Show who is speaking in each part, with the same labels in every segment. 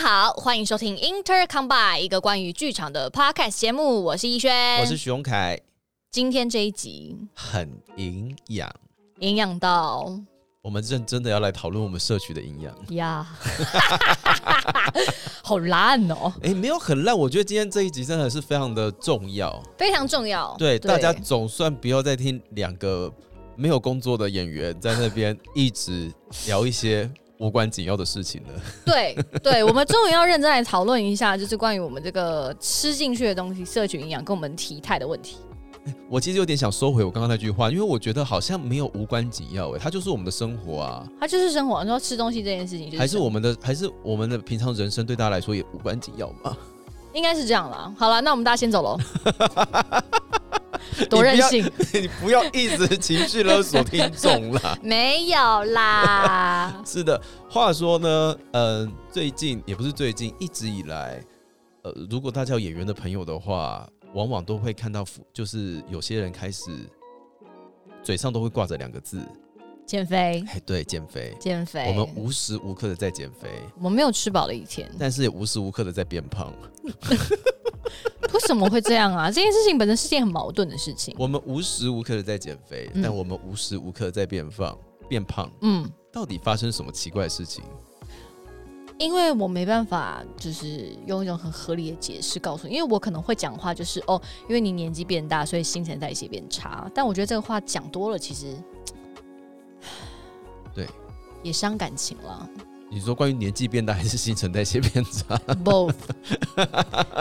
Speaker 1: 好，欢迎收听 Inter Combine 一个关于剧场的 podcast 节目，我是逸轩，
Speaker 2: 我是徐荣凯，
Speaker 1: 今天这一集
Speaker 2: 很营养。
Speaker 1: 营养到
Speaker 2: 我们认真的要来讨论我们摄取的营养。
Speaker 1: 呀，好烂哦，
Speaker 2: 哎，没有很烂，我觉得今天这一集真的是非常的重要。
Speaker 1: 非常重要。
Speaker 2: 哦对，大家总算不要再听两个没有工作的演员在那边一直聊一些无关紧要的事情了。
Speaker 1: 对对，我们终于要认真来讨论一下，就是关于我们这个吃进去的东西摄取营养跟我们体态的问题。
Speaker 2: 我其实有点想收回我刚刚那句话，因为我觉得好像没有无关紧要、诶，它就是我们的生活啊，
Speaker 1: 它就是生活，你说吃东西这件事情就是生活，
Speaker 2: 还是我们的，还是我们的平常人生对大家来说也无关紧要 嘛。
Speaker 1: 应该是这样啦。好了，那我们大家先 走喽。多任性，
Speaker 2: 你不要一直情绪勒索听众啦。。
Speaker 1: 没有啦
Speaker 2: 是的，话说呢，呃，最近也不是最近，一直以来，呃，如果大家有演员的朋友的话，往往都会看到服，就是有些人开始嘴上都会挂着两个字，
Speaker 1: 减肥，
Speaker 2: 哎，对，减肥。
Speaker 1: 减肥。
Speaker 2: 我们无时无刻的在减肥，
Speaker 1: 我们没有吃饱的一天，
Speaker 2: 但是也无时无刻的在变胖。
Speaker 1: 为什么会这样 啊？这件事情本身是件很矛盾的事情。
Speaker 2: 我们无时无刻的在减肥，
Speaker 1: 嗯
Speaker 2: 但我们无时无刻地在变胖，变胖。
Speaker 1: 嗯，
Speaker 2: 到底发生什么奇怪的事情？
Speaker 1: 因为我没办法，就是用一种很合理的解释告诉你，因为我可能会讲话就是哦，因为你年纪变大，所以新陈代谢变差。但我觉得这个话讲多了，其实，
Speaker 2: 对，
Speaker 1: 也伤感情 了。
Speaker 2: 你说关于年纪变大还是新陈代谢变差？
Speaker 1: Both，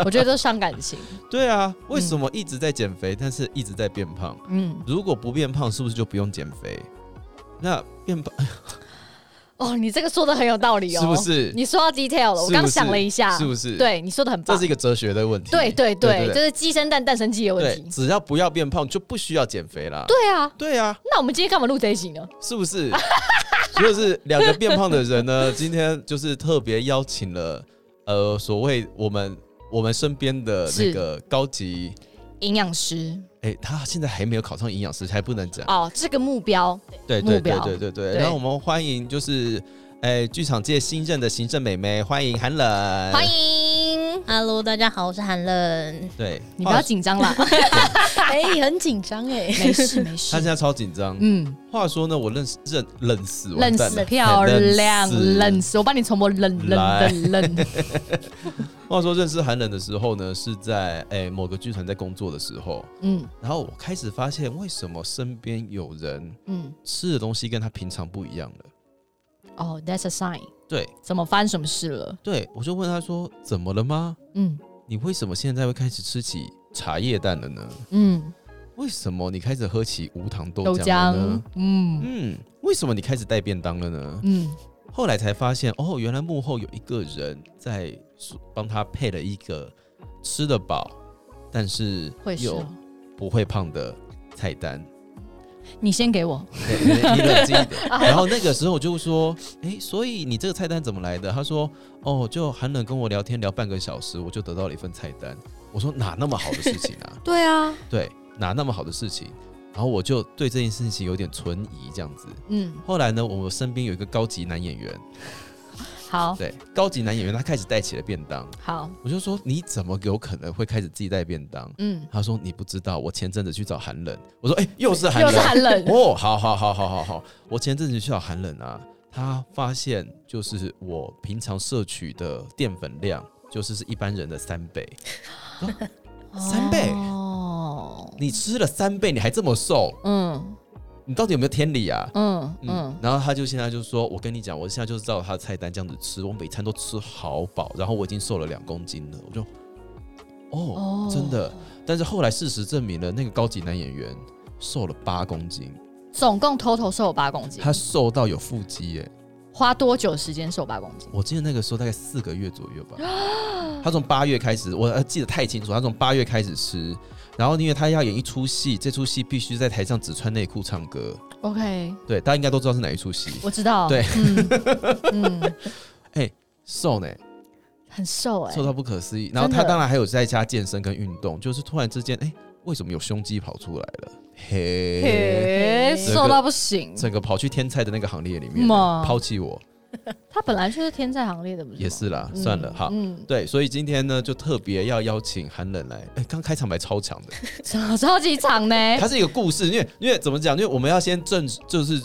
Speaker 1: 我觉得都伤感情。
Speaker 2: 对啊，为什么一直在减肥，但是一直在变胖？
Speaker 1: 嗯，
Speaker 2: 如果不变胖，是不是就不用减肥？那变
Speaker 1: 哎
Speaker 2: 胖
Speaker 1: 哦，你这个说的很有道理哦，
Speaker 2: 是不？是？
Speaker 1: 你说到 detail 了，
Speaker 2: 是
Speaker 1: 我
Speaker 2: 不
Speaker 1: 刚
Speaker 2: 是
Speaker 1: 想了一下，
Speaker 2: 是不是？，
Speaker 1: 对，你说的很
Speaker 2: 这
Speaker 1: 棒
Speaker 2: 是。一个哲学的问题。
Speaker 1: 对对对，
Speaker 2: 对
Speaker 1: 这是鸡生蛋，蛋生鸡的问
Speaker 2: 对，
Speaker 1: 题。
Speaker 2: 只要不要变胖，就不需要减肥啦。
Speaker 1: 对啊，
Speaker 2: 对啊，
Speaker 1: 那我们今天干嘛录这一集呢？
Speaker 2: 是不是？ 就是两个变胖的人 呢，今天就是特别邀请了呃，所谓我们我们身边的那
Speaker 1: 是
Speaker 2: 个高级，
Speaker 1: 营养师
Speaker 2: 哎，他现在还没有考上营养师，还不能讲。
Speaker 1: 哦，这个目标
Speaker 2: 对
Speaker 1: 目
Speaker 2: 对对
Speaker 1: 标
Speaker 2: 对对对。
Speaker 1: 对
Speaker 2: 然后我们欢迎就是，哎，剧场界新任的行政美眉，欢迎韩冷，
Speaker 1: 欢。迎。
Speaker 3: Hello，大家好，我是韩冷。
Speaker 2: 对，
Speaker 1: 你不要
Speaker 2: 话
Speaker 1: 紧张 啦，
Speaker 3: 哎、很紧张哎，
Speaker 1: 没事没
Speaker 2: 他现
Speaker 1: 事。
Speaker 2: 在超紧张。
Speaker 1: 嗯，
Speaker 2: 话说呢，我认识认认识
Speaker 1: 冷
Speaker 2: 完蛋
Speaker 1: 死
Speaker 2: 了
Speaker 1: 漂
Speaker 2: 嘿认
Speaker 1: 亮，
Speaker 2: 识
Speaker 1: 冷死！我帮你重播冷冷
Speaker 2: 来
Speaker 1: 冷冷。
Speaker 2: 话说认识韩冷的时候呢，是在哎某个剧团在工作的时候，
Speaker 1: 嗯
Speaker 2: 然后我开始发现为什么身边有人
Speaker 1: 嗯，
Speaker 2: 吃的东西跟他平常不一样了。
Speaker 1: 哦，That's a sign，
Speaker 2: 对
Speaker 1: 怎么发生什么事了？
Speaker 2: 对，我就问他说怎么了吗？
Speaker 1: 嗯
Speaker 2: 你为什么现在会开始吃起茶叶蛋了呢？
Speaker 1: 嗯，
Speaker 2: 为什么你开始喝起无糖豆
Speaker 1: 豆
Speaker 2: 浆
Speaker 1: 浆
Speaker 2: 了呢？，
Speaker 1: 嗯
Speaker 2: 嗯，为什么你开始带便当了呢？
Speaker 1: 嗯，
Speaker 2: 后来才发现，哦，原来幕后有一个人在帮他配了一个吃得饱，但是
Speaker 1: 会是
Speaker 2: 又
Speaker 1: 哦。
Speaker 2: 不会胖的 菜单。
Speaker 1: 你先给我，
Speaker 2: 对你你 冷静一点。然后那个时候我就说，哎、所以你这个菜单怎么来的？他说，哦，就寒冷跟我聊天聊半个小时，我就得到了一份菜单。我说哪那么好的事情啊？
Speaker 1: 对啊，
Speaker 2: 对，哪那么好的事情？然后我就对这件事情有点存疑，这样子。
Speaker 1: 嗯，
Speaker 2: 后来呢，我身边有一个高级男演员，
Speaker 1: 好
Speaker 2: 对，高级男演员他开始带起了便当，
Speaker 1: 好，
Speaker 2: 我就说你怎么有可能会开始自己带便当？
Speaker 1: 嗯，
Speaker 2: 他说你不知道，我前阵子去找寒冷，我说哎、诶又是寒
Speaker 1: 又
Speaker 2: 冷，
Speaker 1: 是寒冷，
Speaker 2: 哦，好好好好好好，我前阵子去找韩冷啊，他发现就是我平常摄取的淀粉量就是是一般人的三倍，三倍
Speaker 1: 哦，
Speaker 2: 你吃了三倍，你还这么瘦，
Speaker 1: 嗯
Speaker 2: 你到底有没有天理啊？
Speaker 1: 嗯
Speaker 2: 嗯，
Speaker 1: 嗯，
Speaker 2: 然后他就现在就说，我跟你讲，我现在就是照他的菜单这样子吃，我每餐都吃好饱，然后我已经瘦了两公斤了，我就，哦，真的，但是后来事实证明了，那个高级男演员瘦了八公斤，
Speaker 1: 总共 total 瘦八公斤，
Speaker 2: 他瘦到有腹肌耶、
Speaker 1: 花多久时间瘦八公斤？
Speaker 2: 我记得那个时候大概四个月左右 吧，他从八月开始，我呃记得太清楚，他从八月开始吃，然后因为他要演一出戏，这出戏必须在台上只穿内裤唱歌，
Speaker 1: OK，
Speaker 2: 对，大家应该都知道是哪一出戏，
Speaker 1: 我知道。
Speaker 2: 对，
Speaker 1: 嗯 嗯，
Speaker 2: 瘦呢，
Speaker 1: 很瘦哎、
Speaker 2: 瘦到不可思议，然后他
Speaker 1: 真的
Speaker 2: 当然还有在家健身跟运动，就是突然之间，哎、为什么有胸肌跑出来了？嘿，
Speaker 1: 嘿
Speaker 2: 这个
Speaker 1: 瘦到不行。
Speaker 2: 整个跑去天菜的那个行列里面
Speaker 1: 嘛
Speaker 2: 抛弃我，
Speaker 1: 他本来就是天在行列的，不是吗？
Speaker 2: 也是啦，算了，好。
Speaker 1: 嗯，
Speaker 2: 对，所以今天呢，就特别要邀请韩冷来。哎、刚开场白超强的，
Speaker 1: 超超级长呢，
Speaker 2: 它是一个故事，因为因为怎么讲？因为我们要先正，就是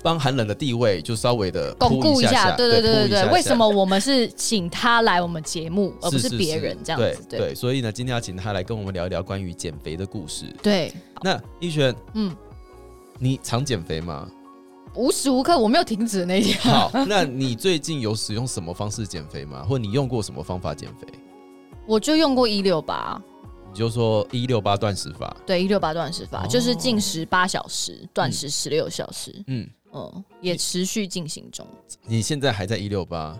Speaker 2: 帮韩冷的地位就稍微的
Speaker 1: 巩固
Speaker 2: 一下下，
Speaker 1: 对对
Speaker 2: 铺
Speaker 1: 对
Speaker 2: 一下下
Speaker 1: 为什么我们是请他来我们节目，而不是别人这样子？
Speaker 2: 对
Speaker 1: 对
Speaker 2: 所以呢，今天要请他来跟我们聊一聊关于减肥的故事。
Speaker 1: 对，
Speaker 2: 那逸轩，
Speaker 1: 嗯，
Speaker 2: 你常减肥 吗？
Speaker 1: 无时无刻我没有停止的那一天。
Speaker 2: 好，那你最近有使用什么方式减肥吗？或你用过什么方法减肥？
Speaker 1: 我就用过一六八，
Speaker 2: 你就说一六八断食法，
Speaker 1: 对一六八断食法，
Speaker 2: 哦
Speaker 1: 就是进食八小时，断食十六小时，
Speaker 2: 嗯，
Speaker 1: 嗯，也持续进行中，
Speaker 2: 你现在还在一六八，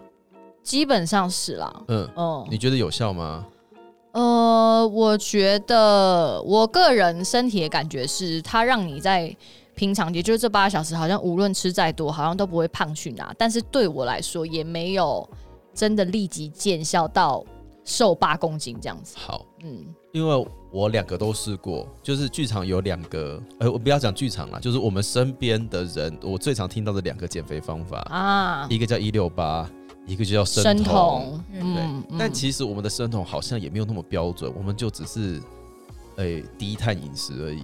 Speaker 1: 基本上是啦，
Speaker 2: 嗯，
Speaker 1: 嗯
Speaker 2: 你，觉得有效吗？
Speaker 1: 呃，我觉得我个人身体的感觉是，它让你在平常，也就是这八小时，好像无论吃再多，好像都不会胖去哪。但是对我来说，也没有真的立即见效到瘦八公斤这样子。
Speaker 2: 好，
Speaker 1: 嗯，
Speaker 2: 因为我两个都试过，就是剧场有两个，呃，我不要讲剧场啦，就是我们身边的人，我最常听到的两个减肥方法，
Speaker 1: 啊，
Speaker 2: 一个叫一六八，一个就叫生
Speaker 1: 生
Speaker 2: 酮。
Speaker 1: 酮，
Speaker 3: 对
Speaker 1: 嗯，嗯
Speaker 2: 但其实我们的生酮好像也没有那么标准，我们就只是，诶、低碳饮食而已。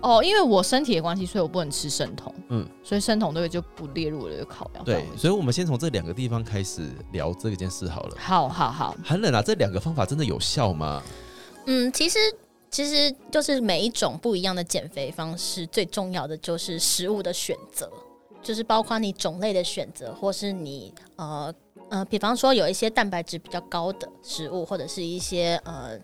Speaker 1: 哦，因为我身体的关系，所以我不能吃生酮，
Speaker 2: 嗯，
Speaker 1: 所以生酮这个就不列入我的考量范
Speaker 2: 对
Speaker 1: 围。，
Speaker 2: 所以我们先从这两个地方开始聊这件事好了。
Speaker 1: 好好好，
Speaker 2: 寒冷啊，这两个方法真的有效吗？
Speaker 3: 嗯，其实其实就是每一种不一样的减肥方式，最重要的就是食物的选择，就是包括你种类的选择，或是你呃呃，比方说有一些蛋白质比较高的食物，或者是一些呃，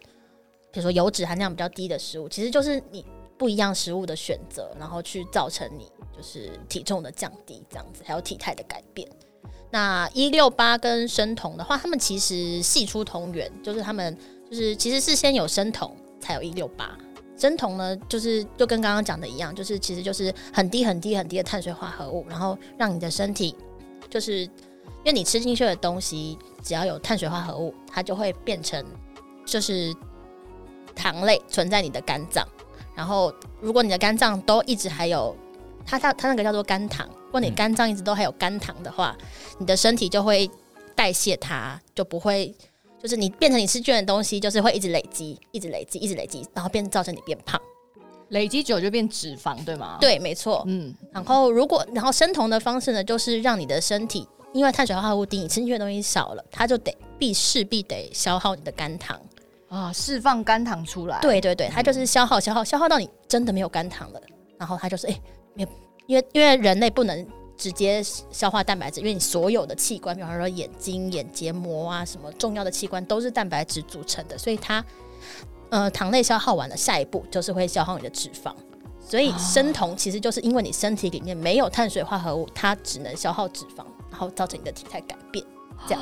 Speaker 3: 比如说油脂含量比较低的食物，其实就是你不一样食物的选择，然后去造成你就是体重的降低，这样子，还有体态的改变。那一六八跟生酮的话，他们其实系出同源，就是他们就是其实是先有生酮，才有一六八。生酮呢，就是就跟刚刚讲的一样，就是其实就是很低很低很低的碳水化合物，然后让你的身体就是因为你吃进去的东西只要有碳水化合物，它就会变成就是糖类存在你的肝脏，然后如果你的肝脏都一直还有它它它那个叫做肝糖，如果你
Speaker 2: 嗯
Speaker 3: 肝脏一直都还有肝糖的话，你的身体就会代谢它，就不会就是你变成你吃倦的东西，就是会一直累积，一直累积，一直累积，然后变造成你变胖。
Speaker 1: 累积久就变脂肪，对吗？，
Speaker 3: 对，没错。
Speaker 1: 嗯，
Speaker 3: 然后如果然后生酮的方式呢，就是让你的身体因为碳水化合物低，你吃进去的东西少了，它就得必势必得消耗你的肝糖。
Speaker 1: 啊，释放肝糖出来。
Speaker 3: 对对对，它就是消耗消耗消耗到你真的没有肝糖了，然后它就是哎、没有，因为因为人类不能。直接消化蛋白质，因为你所有的器官，比方说眼睛、眼结膜啊，什么重要的器官都是蛋白质组成的，所以它，呃，糖类消耗完了，下一步就是会消耗你的脂肪。所以生酮其实就是因为你身体里面没有碳水化合物，它只能消耗脂肪，然后造成你的体态改变。这样，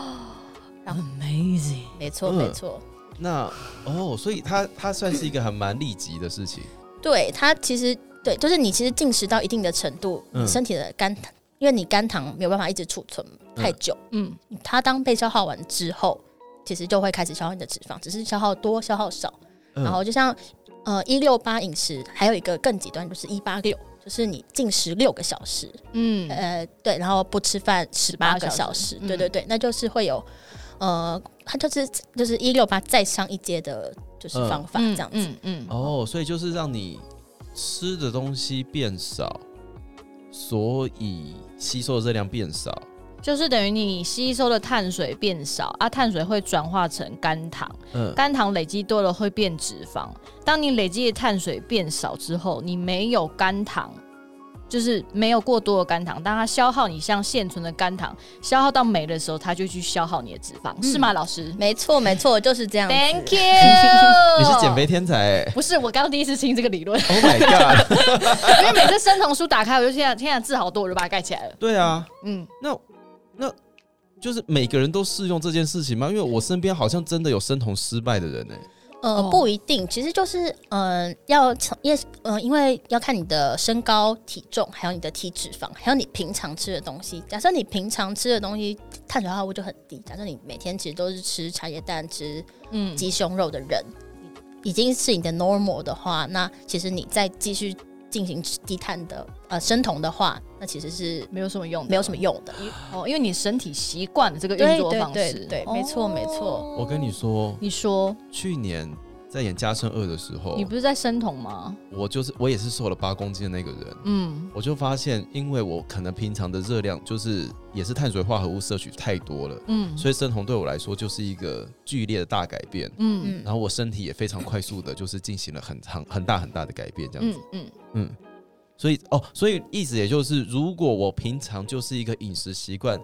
Speaker 3: 然后
Speaker 1: Amazing，
Speaker 3: 没错
Speaker 2: 嗯
Speaker 3: 没错。
Speaker 2: 那哦，所以它它算是一个还蛮立即的事情。
Speaker 3: 对它其实对，就是你其实进食到一定的程度，
Speaker 2: 嗯
Speaker 3: 你身体的肝糖，因为你肝糖没有办法一直储存太久，
Speaker 1: 嗯，
Speaker 3: 它当被消耗完之后，其实就会开始消耗你的脂肪，只是消耗多消耗少。
Speaker 2: 嗯
Speaker 3: 然后就像呃一六八饮食，还有一个更极端就是一八六，就是你进食六个小时，
Speaker 1: 嗯，
Speaker 3: 呃对，然后不吃饭十八个小时，
Speaker 1: 嗯
Speaker 3: 对对对，那就是会有呃，它就是就是一六八再上一阶的，就是
Speaker 2: 嗯
Speaker 3: 方法、
Speaker 1: 嗯
Speaker 3: 这样子。
Speaker 1: 嗯嗯，
Speaker 2: 哦，所以就是让你吃的东西变少，所以吸收的热量变少。
Speaker 1: 就是等于你吸收的碳水变少啊，碳水会转化成肝糖，
Speaker 2: 嗯，。
Speaker 1: 肝糖累积多了会变脂肪。当你累积的碳水变少之后，你没有肝糖。就是没有过多的肝糖，当它消耗你像现存的肝糖，消耗到没的时候，它就去消耗你的脂肪，是吗，老师
Speaker 3: 没错，没错，就是这样子。
Speaker 1: ？Thank you
Speaker 2: 你是减肥？天才、欸
Speaker 1: 不是，我刚刚第一次听这个理论，
Speaker 2: ！Oh my god！
Speaker 1: 因 为每次生酮书打开，我就现在天啊字好多，我就把它盖起来了。
Speaker 2: 对啊，
Speaker 1: 嗯，
Speaker 2: 那那就是每个人都适用这件事情吗？因为我身边好像真的有生酮失败的人欸呢、
Speaker 3: 呃
Speaker 1: 哦，
Speaker 3: 不一定，其实就是呃，要从也呃，因为要看你的身高、体重，还有你的体脂肪，还有你平常吃的东西。假设你平常吃的东西碳水化合物就很低，假设你每天其实都是吃茶叶蛋、吃
Speaker 1: 嗯
Speaker 3: 鸡胸肉的人，已经是你的 normal 的话，那其实你再继续进行低碳的呃生酮的话，那其实是
Speaker 1: 没有什么用的，
Speaker 3: 没有什么用的。
Speaker 1: 哦，因为你身体习惯了这个运
Speaker 3: 对
Speaker 1: 作
Speaker 3: 对
Speaker 1: 方
Speaker 3: 对
Speaker 1: 式，
Speaker 3: 对
Speaker 1: 哦
Speaker 3: 没错没错。
Speaker 2: 我跟你说，
Speaker 1: 你说
Speaker 2: 去年在演《加深二》的时候
Speaker 1: 你，不是在生酮吗？
Speaker 2: 我就是我也是瘦了八公斤的那个人。
Speaker 1: 嗯，
Speaker 2: 我就发现，因为我可能平常的热量就是也是碳水化合物摄取太多了，
Speaker 1: 嗯，
Speaker 2: 所以生酮对我来说就是一个剧烈的大改变。
Speaker 1: 嗯
Speaker 3: 嗯
Speaker 2: 然后我身体也非常快速的，就是进行了很长、很大、很大的改变，这样子。
Speaker 1: 嗯嗯，
Speaker 2: 嗯，所以哦，所以意思也就是，如果我平常就是一个饮食习惯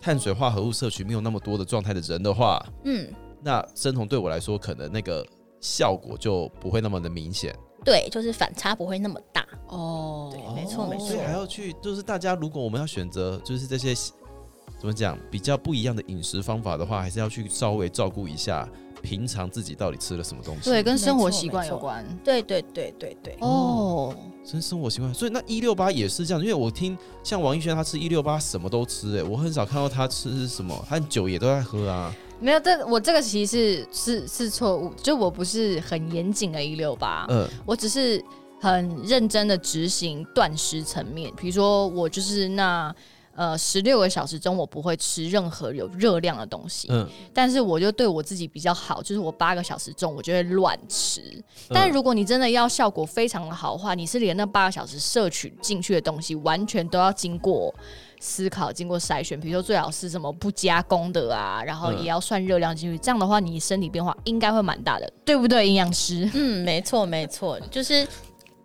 Speaker 2: 碳水化合物摄取没有那么多的状态的人的话，
Speaker 3: 嗯，
Speaker 2: 那生酮对我来说可能那个效果就不会那么的明显。
Speaker 3: 对，就是反差不会那么大。
Speaker 1: 哦，
Speaker 3: 对没错没错
Speaker 2: 所以还要去，就是大家如果我们要选择就是这些怎么讲比较不一样的饮食方法的话，还是要去稍微照顾一下平常自己到底吃了什么东西。
Speaker 1: 对，跟生活
Speaker 3: 没错
Speaker 1: 习惯
Speaker 3: 没
Speaker 1: 有
Speaker 3: 错
Speaker 1: 关。
Speaker 3: 对对对对对，
Speaker 1: 哦，
Speaker 2: 生生活习惯，所以那一六八也是这样，因为我听像王一轩他吃一六八什么都吃、欸，我很少看到他吃什么，他酒也都在喝啊。
Speaker 1: 没有，这我这个其实是是是错误，就我不是很严谨的一六八，
Speaker 2: 嗯，
Speaker 1: 我只是很认真的执行断食层面，比如说我就是那呃十六个小时中我不会吃任何有热量的东西，
Speaker 2: 嗯，
Speaker 1: 但是我就对我自己比较好，就是我八个小时中我就会乱吃。
Speaker 2: 嗯
Speaker 1: 但如果你真的要效果非常的好的话，你是连那八个小时摄取进去的东西，完全都要经过思考、经过筛选，比如说最好是什么不加工的啊，然后
Speaker 2: 嗯
Speaker 1: 也要算热量进去。这样的话，你身体变化应该会蛮大的，对不对，营养师？
Speaker 3: 嗯，没错没错，就是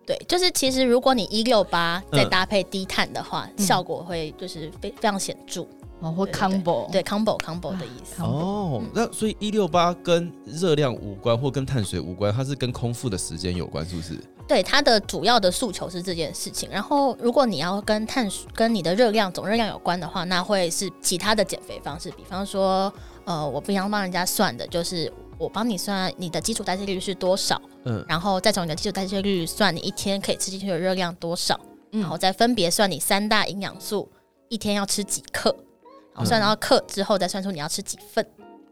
Speaker 3: 对，就是其实如果你一六八再
Speaker 2: 嗯
Speaker 3: 搭配低碳的话，
Speaker 1: 嗯
Speaker 3: 效果会就是非非常显著。啊
Speaker 1: 哦，或
Speaker 3: 对对
Speaker 1: combo，
Speaker 3: 对，combo combo 的意思。
Speaker 2: 哦，那所以一六八跟热量无关或跟碳水无关，它是跟空腹的时间有关，是不是？
Speaker 3: 对，它的主要的诉求是这件事情。然后，如果你要跟碳水、跟你的热量总热量有关的话，那会是其他的减肥方式，比方说，呃，我平常帮人家算的，就是我帮你算你的基础代谢率是多少，
Speaker 2: 嗯，
Speaker 3: 然后再从你的基础代谢率算你一天可以吃进去的热量多少，
Speaker 1: 嗯
Speaker 3: 然后再分别算你三大营养素一天要吃几克，然后
Speaker 2: 嗯
Speaker 3: 算到克之后再算出你要吃几份。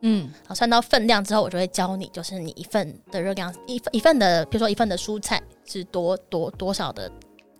Speaker 1: 嗯
Speaker 3: 然后算到分量之后，我就会教你，就是你一份的热量，一份一份的，比如说一份的蔬菜是多多多少的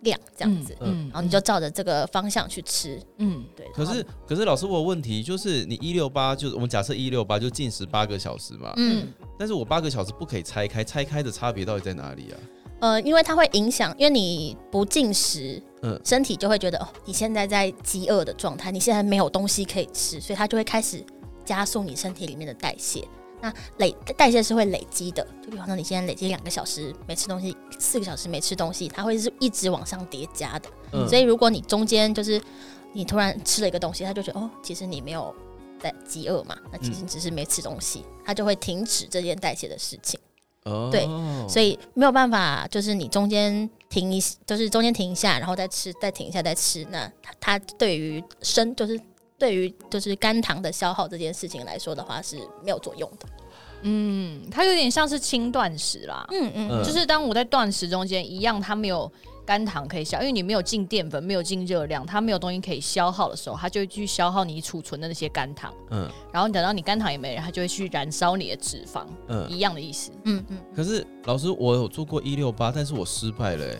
Speaker 3: 量这样子，
Speaker 2: 嗯
Speaker 3: 然后你就照着这个方向去吃。
Speaker 1: 嗯
Speaker 3: 对，
Speaker 2: 可
Speaker 3: 然
Speaker 2: 是
Speaker 3: 后，
Speaker 2: 可是老师，我有问题就是，你一六八就是我们假设一六八就进食八个小时嘛，
Speaker 3: 嗯
Speaker 2: 但是我八个小时不可以拆开，拆开的差别到底在哪里啊？
Speaker 3: 呃，因为它会影响，因为你不进食，
Speaker 2: 嗯
Speaker 3: 身体就会觉得哦，你现在在饥饿的状态，你现在没有东西可以吃，所以它就会开始加速你身体里面的代谢。那累代谢是会累积的，就比方说你现在累积两个小时没吃东西，四个小时没吃东西，它会是一直往上叠加的。
Speaker 2: 嗯，
Speaker 3: 所以如果你中间就是你突然吃了一个东西，他就觉得哦，其实你没有在饥饿嘛，那其实你只是没吃东西，他就会停止这件代谢的事情。
Speaker 2: 哦
Speaker 3: 对所以没有办法，就是你中间停一，就是中间停一下，然后再吃，再停一下，再吃。那它它对于生就是。对于就是肝糖的消耗这件事情来说的话是没有作用的。
Speaker 1: 嗯，它有点像是轻断食啦，
Speaker 3: 嗯嗯
Speaker 2: 嗯
Speaker 1: 就是当我在断食中间一样，它没有肝糖可以消，因为你没有进淀粉，没有进热量，它没有东西可以消耗的时候，它就会去消耗你储存的那些肝糖，
Speaker 2: 嗯
Speaker 1: 然后等到你肝糖也没了，它就会去燃烧你的脂肪，
Speaker 2: 嗯，
Speaker 1: 一样的意思。
Speaker 3: 嗯嗯，
Speaker 2: 可是老师，我有做过一六八，但是我失败了、欸。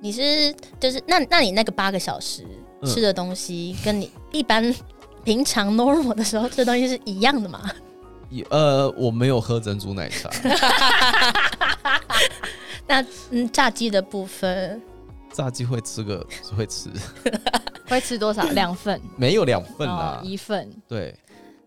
Speaker 3: 你是嗯就是那那你那个八个小时
Speaker 2: 嗯
Speaker 3: 吃的东西，跟你一般平常 normal 的时候吃的东西是一样的嘛？
Speaker 2: 也呃，我没有喝珍珠奶 茶，
Speaker 3: 嗯，炸鸡的部分，
Speaker 2: 炸鸡会吃个会吃，
Speaker 1: 会吃多少？两份，
Speaker 2: 没有两份
Speaker 1: 哦
Speaker 3: 啊
Speaker 2: 啦。
Speaker 1: 一份。
Speaker 2: 对，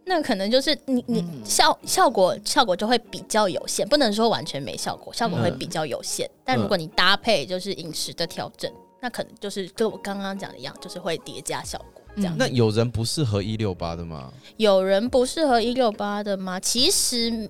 Speaker 3: 那可能就是你你
Speaker 1: 嗯
Speaker 3: 效效果效果就会比较有限，不能说完全没效
Speaker 1: 嗯
Speaker 3: 果，效果会比较有限。但如果你搭配就是饮食的调整，那可能就是跟我刚刚讲的一样，就是会叠加效果这样。
Speaker 1: 嗯
Speaker 2: 那有人不适合一六八的吗？
Speaker 3: 有人不适合一六八的吗？其实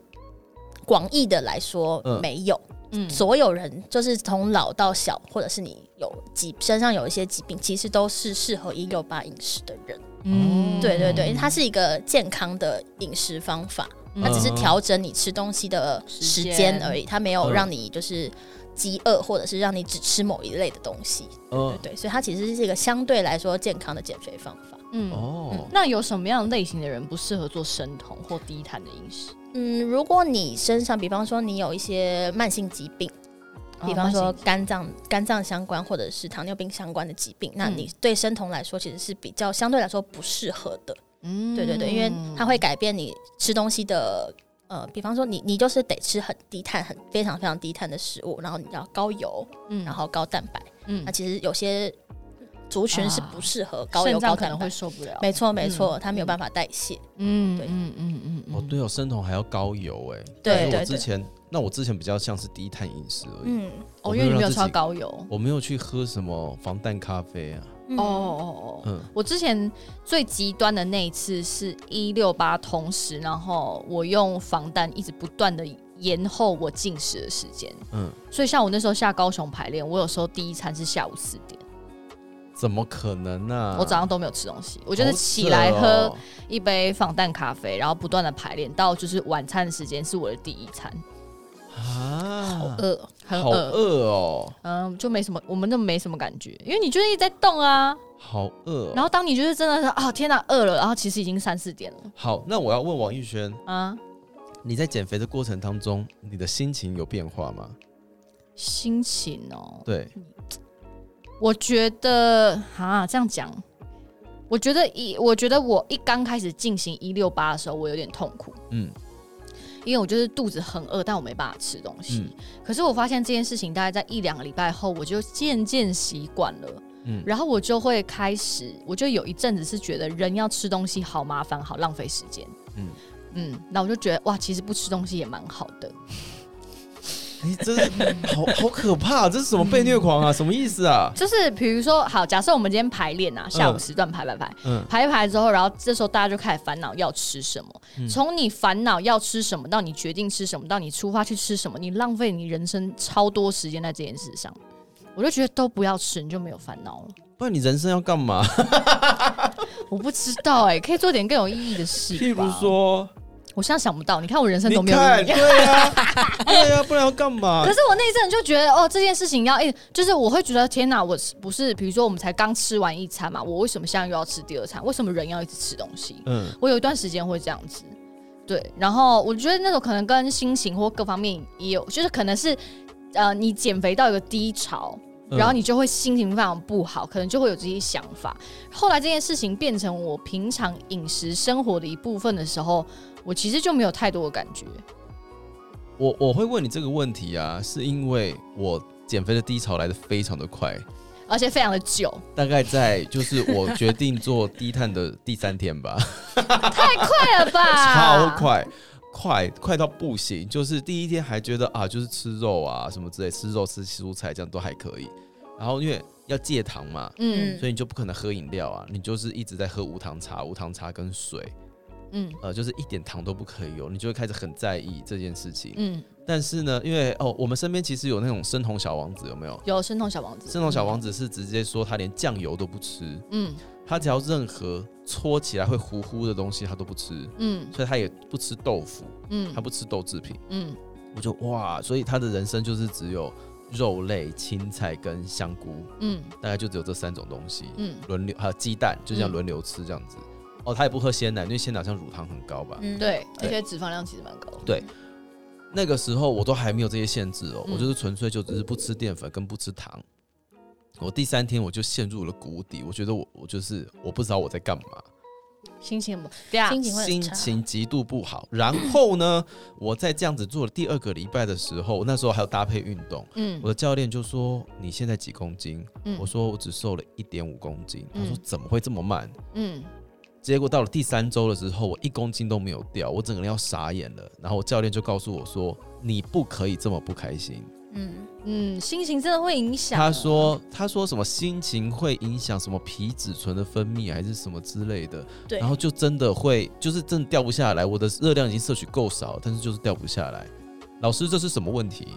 Speaker 3: 广义的来说
Speaker 2: 嗯
Speaker 3: 没有。
Speaker 1: 嗯，
Speaker 3: 所有人，就是从老到小，或者是你有疾身上有一些疾病，其实都是适合一六八饮食的人。
Speaker 1: 嗯
Speaker 3: 对对对，因为它是一个健康的饮食方法，
Speaker 1: 嗯
Speaker 3: 它只是调整你吃东西的时
Speaker 1: 时
Speaker 3: 间
Speaker 1: 间
Speaker 3: 而已，它没有让你就是饥饿，或者是让你只吃某一类的东西。
Speaker 2: 嗯
Speaker 3: 对，对，所以它其实是一个相对来说健康的减肥方法。
Speaker 1: 嗯。
Speaker 2: 哦，
Speaker 1: 那有什么样类型的人不适合做生酮或低碳的饮食？
Speaker 3: 嗯，如果你身上，比方说你有一些慢性疾病，比方说
Speaker 1: 哦慢性
Speaker 3: 肝脏、肝脏相关或者是糖尿病相关的疾病，那
Speaker 1: 嗯
Speaker 3: 你对生酮来说其实是比较相对来说不适合的。
Speaker 1: 嗯
Speaker 3: 对对对，因为它会改变你吃东西的。呃，比方说你你就是得吃很低碳、很非常非常低碳的食物，然后你要高油，
Speaker 1: 嗯
Speaker 3: 然后高蛋白。
Speaker 1: 嗯啊
Speaker 3: 那其实有些族群是不适合高油
Speaker 1: 肾
Speaker 3: 高
Speaker 1: 脏可能
Speaker 3: 蛋
Speaker 1: 会
Speaker 3: 白，
Speaker 1: 受不了。
Speaker 3: 没错没错，
Speaker 1: 嗯
Speaker 3: 它没有办法代谢。
Speaker 1: 嗯
Speaker 3: 对
Speaker 1: 嗯嗯嗯嗯
Speaker 2: 哦，对哦，生酮还要高油哎。
Speaker 3: 对
Speaker 2: 但是我
Speaker 3: 对
Speaker 2: 之
Speaker 3: 对
Speaker 2: 前，那我之前比较像是低碳饮食而已，
Speaker 3: 嗯，
Speaker 1: 哦，因为你没有吃到
Speaker 2: 我没有让自己
Speaker 1: 高油。
Speaker 2: 我没有去喝什么防弹咖啡啊。
Speaker 3: 嗯
Speaker 1: 哦哦哦哦，
Speaker 2: 嗯，
Speaker 1: 我之前最极端的那一次是一六八同时，然后我用防弹一直不断的延后我进食的时间。
Speaker 2: 嗯，
Speaker 1: 所以像我那时候下高雄排练，我有时候第一餐是下午四点，
Speaker 2: 怎么可能呢、
Speaker 1: 我早上都没有吃东西，我就是
Speaker 2: 啊好
Speaker 1: 起
Speaker 2: 扯
Speaker 1: 来喝
Speaker 2: 哦
Speaker 1: 一杯防弹咖啡，然后不断的排练，到就是晚餐的时间是我的第一餐，
Speaker 2: 啊，
Speaker 3: 饿，
Speaker 1: 很
Speaker 2: 好
Speaker 1: 饿，
Speaker 2: 饿哦，
Speaker 1: 嗯，就没什么，我们都没什么感觉，因为你就是一直在动啊。
Speaker 2: 好饿、哦。
Speaker 1: 然后当你就是真的是啊，天哪，饿了，然后其实已经三四点了
Speaker 2: 好，那我要问王玉轩，
Speaker 1: 啊，
Speaker 2: 你在减肥的过程当中，你的心情有变化吗？
Speaker 1: 心情哦，
Speaker 2: 对，
Speaker 1: 我觉得啊，这样讲，我觉得一，我觉得我一刚开始进行一六八的时候，我有点痛苦，
Speaker 2: 嗯
Speaker 1: 因为我就是肚子很饿，但我没办法吃东西。
Speaker 2: 嗯
Speaker 1: 可是我发现这件事情大概在一两个礼拜后，我就渐渐习惯了。
Speaker 2: 嗯，
Speaker 1: 然后我就会开始，我就有一阵子是觉得人要吃东西好麻烦，好浪费时间。嗯
Speaker 2: 嗯
Speaker 1: 嗯，那我就觉得哇，其实不吃东西也蛮好的。
Speaker 2: 你真的好好可怕，这是什么被虐狂啊？什么意思啊？
Speaker 1: 就是比如说，好，假设我们今天排练啊，下午时段排排排，
Speaker 2: 嗯
Speaker 1: 排一排之后，然后这时候大家就开始烦恼要吃什么。
Speaker 2: 嗯
Speaker 1: 从你烦恼要吃什么到你决定吃什么，到你出发去吃什么，你浪费你人生超多时间在这件事上。我就觉得都不要吃，你就没有烦恼了。
Speaker 2: 不然你人生要干嘛？
Speaker 1: 我不知道哎、可以做点更有意义的事。
Speaker 2: 譬如，说，
Speaker 1: 我现在想不到，你看我人生
Speaker 2: 你
Speaker 1: 都没有意
Speaker 2: 看，
Speaker 1: 义。
Speaker 2: 对啊， 对啊，不然要干嘛
Speaker 1: 可？是我那一阵就觉得，哦，这件事情要一，就是我会觉得，天哪，我是不是，比如说我们才刚吃完一餐嘛，我为什么现在又要吃第二餐？为什么人要一直吃东西？
Speaker 2: 嗯，
Speaker 1: 我有一段时间会这样子，对。然后我觉得那种可能跟心情或各方面也有，就是可能是，呃，你减肥到一个低潮，
Speaker 2: 嗯
Speaker 1: 然后你就会心情非常不好，可能就会有这些想法。后来这件事情变成我平常饮食生活的一部分的时候，我其实就没有太多的感觉。
Speaker 2: 我我会问你这个问题啊，是因为我减肥的低潮来的非常的快，
Speaker 1: 而且非常的久，
Speaker 2: 大概在就是我决定做低碳的第三天 吧，
Speaker 1: 太快了吧！
Speaker 2: 超！快，快快到不行。就是第一天还觉得啊，就是吃肉啊什么之类，吃肉吃蔬菜这样都还可以。然后因为要戒糖嘛，
Speaker 1: 嗯
Speaker 2: 所以你就不可能喝饮料啊，你就是一直在喝无糖茶、无糖茶跟水，
Speaker 1: 嗯
Speaker 2: 呃，就是一点糖都不可以有，你就会开始很在意这件事情。
Speaker 1: 嗯，
Speaker 2: 但是呢，因为哦，我们身边其实有那种生酮小王子，有没有？
Speaker 1: 有生酮小王子，
Speaker 2: 生酮小王子是直接说他连酱油都不吃，
Speaker 1: 嗯，
Speaker 2: 他只要任何搓起来会糊糊的东西他都不吃，
Speaker 1: 嗯
Speaker 2: 所以他也不吃豆腐，
Speaker 1: 嗯嗯
Speaker 2: 他不吃豆制品。
Speaker 1: 嗯
Speaker 2: 我就哇，所以他的人生就是只有肉类、青菜跟香菇，
Speaker 1: 嗯
Speaker 2: 大概就只有这三种东西，
Speaker 1: 嗯
Speaker 2: 轮流还有鸡蛋，就这样
Speaker 1: 嗯
Speaker 2: 轮流吃这样子。哦，他也不喝鲜奶，因为鲜奶好像乳糖很高吧。
Speaker 3: 嗯，
Speaker 1: 对，而
Speaker 2: 对
Speaker 1: 且脂肪量其实蛮高的。
Speaker 2: 对那个时候我都还没有这些限制哦，
Speaker 1: 嗯
Speaker 2: 我就是纯粹就只是不吃淀粉跟不吃糖。我第三天我就陷入了谷底，我觉得我我就是我不知道我在干嘛。
Speaker 1: 心情不对啊，
Speaker 3: 心情会
Speaker 2: 心
Speaker 3: 很差。
Speaker 2: 情极度不好。然后呢，我在这样子做了第二个礼拜的时候，那时候还有搭配运动，
Speaker 1: 嗯
Speaker 2: 我的教练就说：“你现在几公斤？”
Speaker 1: 嗯
Speaker 2: 我说：“我只瘦了一点五公斤。”
Speaker 1: 嗯
Speaker 2: 他说：“怎么会这么慢
Speaker 1: 嗯，？”
Speaker 2: 结果到了第三周的时候，我一公斤都没有掉，我整个人要傻眼了。然后我教练就告诉我说：“你不可以这么不开心。
Speaker 3: 嗯，
Speaker 1: 嗯，心情真的会影”响。
Speaker 2: 他，说：“他说什么心情会影响什么皮质醇的分泌还是什么之类的。”
Speaker 3: 对。
Speaker 2: 然后就真的会，就是真的掉不下来。我的热量已经摄取够少，但是就是掉不下来。老师，这是什么问题？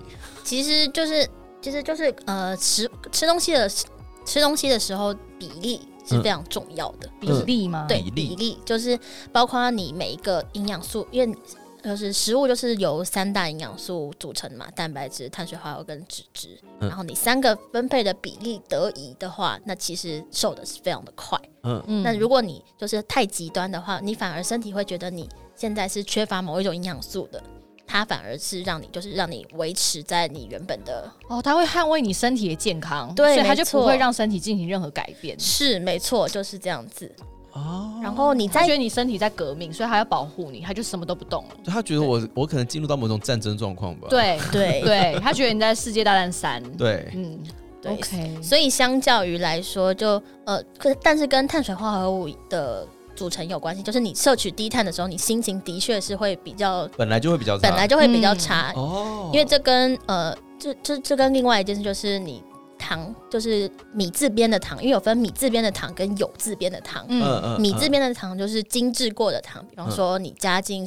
Speaker 3: 其实就是其实就是呃，吃吃东西的吃东西的时候比例
Speaker 2: 嗯
Speaker 3: 是非常重要的，
Speaker 1: 比例吗？
Speaker 3: 对
Speaker 2: 比例
Speaker 3: 比例就是包括你每一个营养素，因为就是食物就是由三大营养素组成嘛，蛋白质、碳水化合物跟脂质，
Speaker 2: 嗯
Speaker 3: 然后你三个分配的比例得宜的话，那其实瘦的是非常的快。
Speaker 2: 嗯，
Speaker 1: 嗯
Speaker 3: 那如果你就是太极端的话，你反而身体会觉得你现在是缺乏某一种营养素的，它反而是让你就是让你维持在你原本的
Speaker 1: 哦，他会捍卫你身体的健康，
Speaker 3: 对
Speaker 1: 所以他就
Speaker 3: 没错
Speaker 1: 不会让身体进行任何改变。
Speaker 3: 是没错，就是这样子。
Speaker 2: 哦，
Speaker 3: 然后你
Speaker 1: 他
Speaker 3: 在
Speaker 1: 觉得你身体在革命，所以他要保护你，他就什么都不动了。
Speaker 2: 他觉得我我可能进入到某种战争状况吧。
Speaker 1: 对
Speaker 3: 对
Speaker 1: 对，他觉得你在世界大战三。，
Speaker 2: 对，
Speaker 1: 嗯
Speaker 3: 对
Speaker 1: ，OK，
Speaker 3: 所以相较于来说就，呃，可但是跟碳水化合物的组成有关系，就是你摄取低碳的时候，你心情的确是会比较
Speaker 2: 本来就会比较差
Speaker 3: 本来就会比较
Speaker 1: 嗯
Speaker 3: 差，
Speaker 2: 哦，
Speaker 3: 因为这跟呃这这这跟另外一件事就是你糖就是米字边的糖，因为有分米字边的糖跟酉字边的糖，
Speaker 1: 嗯
Speaker 2: 嗯
Speaker 3: 米字边的糖就是精致过的糖，比方说你加进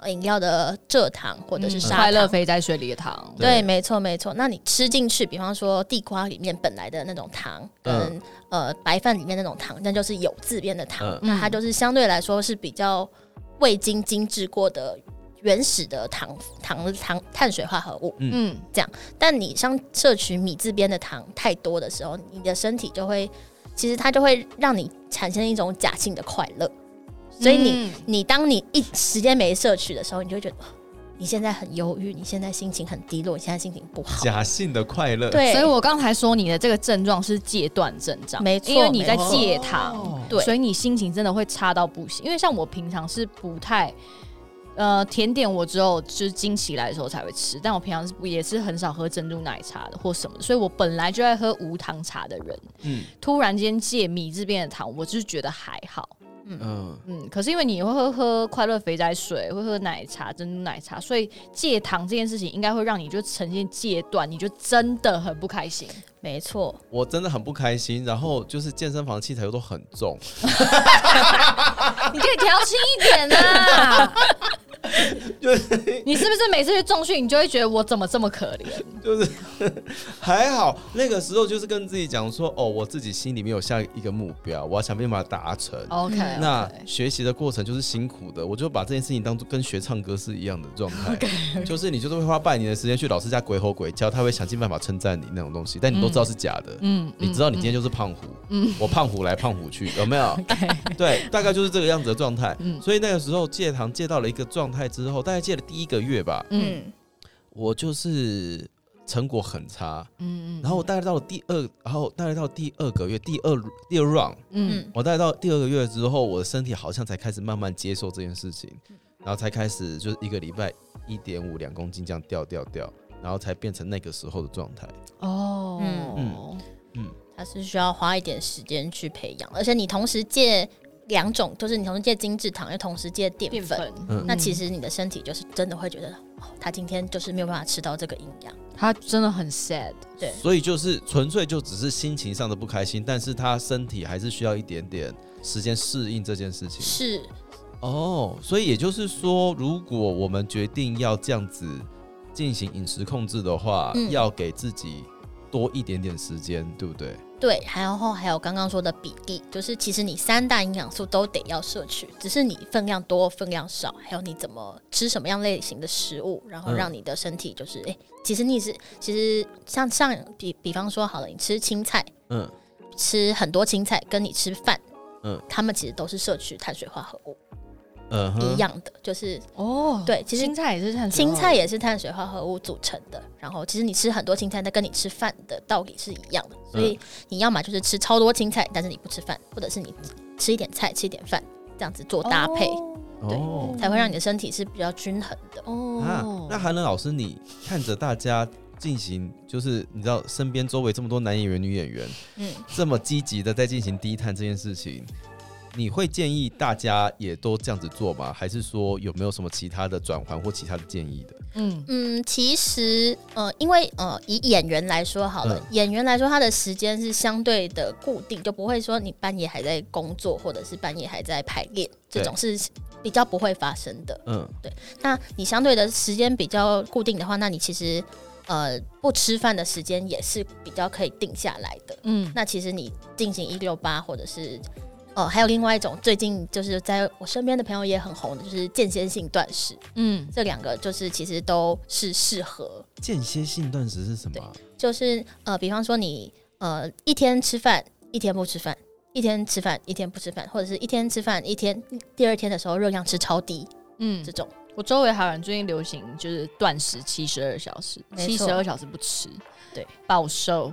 Speaker 3: 呃饮料的蔗糖或者是砂糖。
Speaker 1: 嗯快乐肥在水里的糖。
Speaker 2: 对
Speaker 3: 对，没错没错。那你吃进去，比方说地瓜里面本来的那种糖，跟、
Speaker 2: 嗯
Speaker 3: 呃白饭里面那种糖，那就是有字边的糖，
Speaker 2: 嗯
Speaker 3: 那它就是相对来说是比较未经精制过的原始的糖糖糖碳水化合物。
Speaker 1: 嗯，
Speaker 3: 但你像摄取米字边的糖太多的时候，你的身体就会，其实它就会让你产生一种假性的快乐。所以你、
Speaker 1: 嗯
Speaker 3: 你当你一时间没摄取的时候，你就会觉得。哦你现在很忧郁，你现在心情很低落，你现在心情不好。
Speaker 2: 假性的快乐，
Speaker 3: 对，
Speaker 1: 所以我刚才说你的这个症状是戒断症状，
Speaker 3: 没错
Speaker 1: 因为你在
Speaker 3: 没错
Speaker 1: 戒糖
Speaker 2: 哦，
Speaker 3: 对
Speaker 1: 所以你心情真的会差到不行。因为像我平常是不太，呃，甜点我只有就是经期来的时候才会吃，但我平常是不也是很少喝珍珠奶茶的或什么的，所以我本来就爱喝无糖茶的人，
Speaker 2: 嗯
Speaker 1: 突然间戒米字边的糖，我就是觉得还好。
Speaker 2: 嗯，
Speaker 1: 嗯，可是因为你会喝喝快乐肥仔水，会喝奶茶、珍珠奶茶，所以戒糖这件事情应该会让你就呈现戒断，你就真的很不开心。
Speaker 3: 没错，
Speaker 2: 我真的很不开心。然后就是健身房器材又都很重，
Speaker 1: 你可以调轻一点啊！
Speaker 2: 就是
Speaker 1: 你是不是每次去重训，你就会觉得我怎么这么可怜？
Speaker 2: 就是还好那个时候就是跟自己讲说，哦，我自己心里面有下一个目标，我要想办法达成。
Speaker 1: OK，,
Speaker 2: 嗯那学习的过程就是辛苦的，我就把这件事情当做跟学唱歌是一样的状 态就是你就是会花半年的时间去老师家鬼吼鬼叫，他会想尽办法称赞你那种东西，但你都知道是假的。
Speaker 1: 嗯
Speaker 2: 你知道你今天就是胖虎，我胖虎来胖虎去，有没有？对，大概就是这个样子的状态。
Speaker 1: 嗯
Speaker 2: 所以那个时候戒糖戒到了一个状态之后，大概戒了第一个月吧，
Speaker 1: 嗯
Speaker 3: 嗯，
Speaker 2: 我就是成果很差。
Speaker 1: 嗯
Speaker 2: 然后我大概到了第二，然后大概到第二个月，第二第二 round，
Speaker 1: 嗯
Speaker 3: 嗯
Speaker 2: 我大概到第二个月之后，我的身体好像才开始慢慢接受这件事情，然后才开始就是一个礼拜一点五两公斤这样掉掉掉，然后才变成那个时候的状态。
Speaker 1: 哦
Speaker 2: 嗯
Speaker 3: 它是需要花一点时间去培养，而且你同时戒两种，就是你同时戒精制糖，又同时戒淀
Speaker 1: 淀
Speaker 3: 粉，
Speaker 1: 粉，
Speaker 2: 嗯
Speaker 3: 那其实你的身体就是真的会觉得，哦，他今天就是没有办法吃到这个营养。
Speaker 1: 嗯他真的很 sad。
Speaker 3: 对，
Speaker 2: 所以就是纯粹就只是心情上的不开心，但是他身体还是需要一点点时间适应这件事情。
Speaker 3: 是
Speaker 2: 哦，所以也就是说，如果我们决定要这样子进行饮食控制的话，
Speaker 3: 嗯
Speaker 2: 要给自己多一点点时间，对不对？
Speaker 3: 对，还有后还有刚刚说的比例，就是其实你三大营养素都得要摄取，只是你分量多分量少，还有你怎么吃什么样类型的食物，然后
Speaker 2: 嗯
Speaker 3: 让你的身体就是，哎、其实你是其实像上比比方说好了，你吃青菜，
Speaker 2: 嗯，
Speaker 3: 吃很多青菜，跟你吃饭，
Speaker 2: 嗯
Speaker 3: 嗯，他们其实都是摄取碳水化合物、
Speaker 2: 嗯哼，
Speaker 3: 一样的，就是
Speaker 1: 哦，
Speaker 3: 对，其实
Speaker 1: 青菜也是碳水化合
Speaker 3: 青
Speaker 1: 物，
Speaker 3: 菜也是碳水化合物组成的。然后其实你吃很多青菜，那跟你吃饭的道理是一样的。所以你要么就是吃超多青菜，但是你不吃饭，或者是你吃一点菜，吃一点饭，这样子做搭配，对
Speaker 2: 哦。
Speaker 3: 才会让你的身体是比较均衡的。
Speaker 1: 哦。
Speaker 2: 啊，那韩冷老师，你看着大家进行，就是你知道身边周围这么多男演员、女演员，
Speaker 3: 嗯，
Speaker 2: 这么积极的在进行低碳这件事情，你会建议大家也都这样子做吗？还是说有没有什么其他的转换或其他的建议的？
Speaker 1: 嗯
Speaker 3: 嗯，其实呃，因为呃，以演员来说好了，
Speaker 2: 嗯
Speaker 3: 演员来说他的时间是相对的固定，就不会说你半夜还在工作，或者是半夜还在排练，这
Speaker 2: 对
Speaker 3: 种是比较不会发生的。
Speaker 2: 嗯
Speaker 3: 那你相对的时间比较固定的话，那你其实呃不吃饭的时间也是比较可以定下来的。
Speaker 1: 嗯，
Speaker 3: 那其实你进行一六八或者是。呃，还有另外一种，最近就是在我身边的朋友也很红的，就是间歇性断食。
Speaker 1: 嗯
Speaker 3: 这两个就是其实都是适合，
Speaker 2: 间歇性断食是什么啊？
Speaker 3: 就是呃，比方说你呃一天吃饭，一天不吃饭，一天吃饭，一天不吃饭，或者是一天吃饭，一天第二天的时候热量吃超低，
Speaker 1: 嗯
Speaker 3: 这种
Speaker 1: 我周围还有人最近流行就是断食七十二小时，
Speaker 3: 没
Speaker 1: 七
Speaker 3: 错
Speaker 1: 十二小时不吃，
Speaker 3: 对，
Speaker 1: 暴瘦，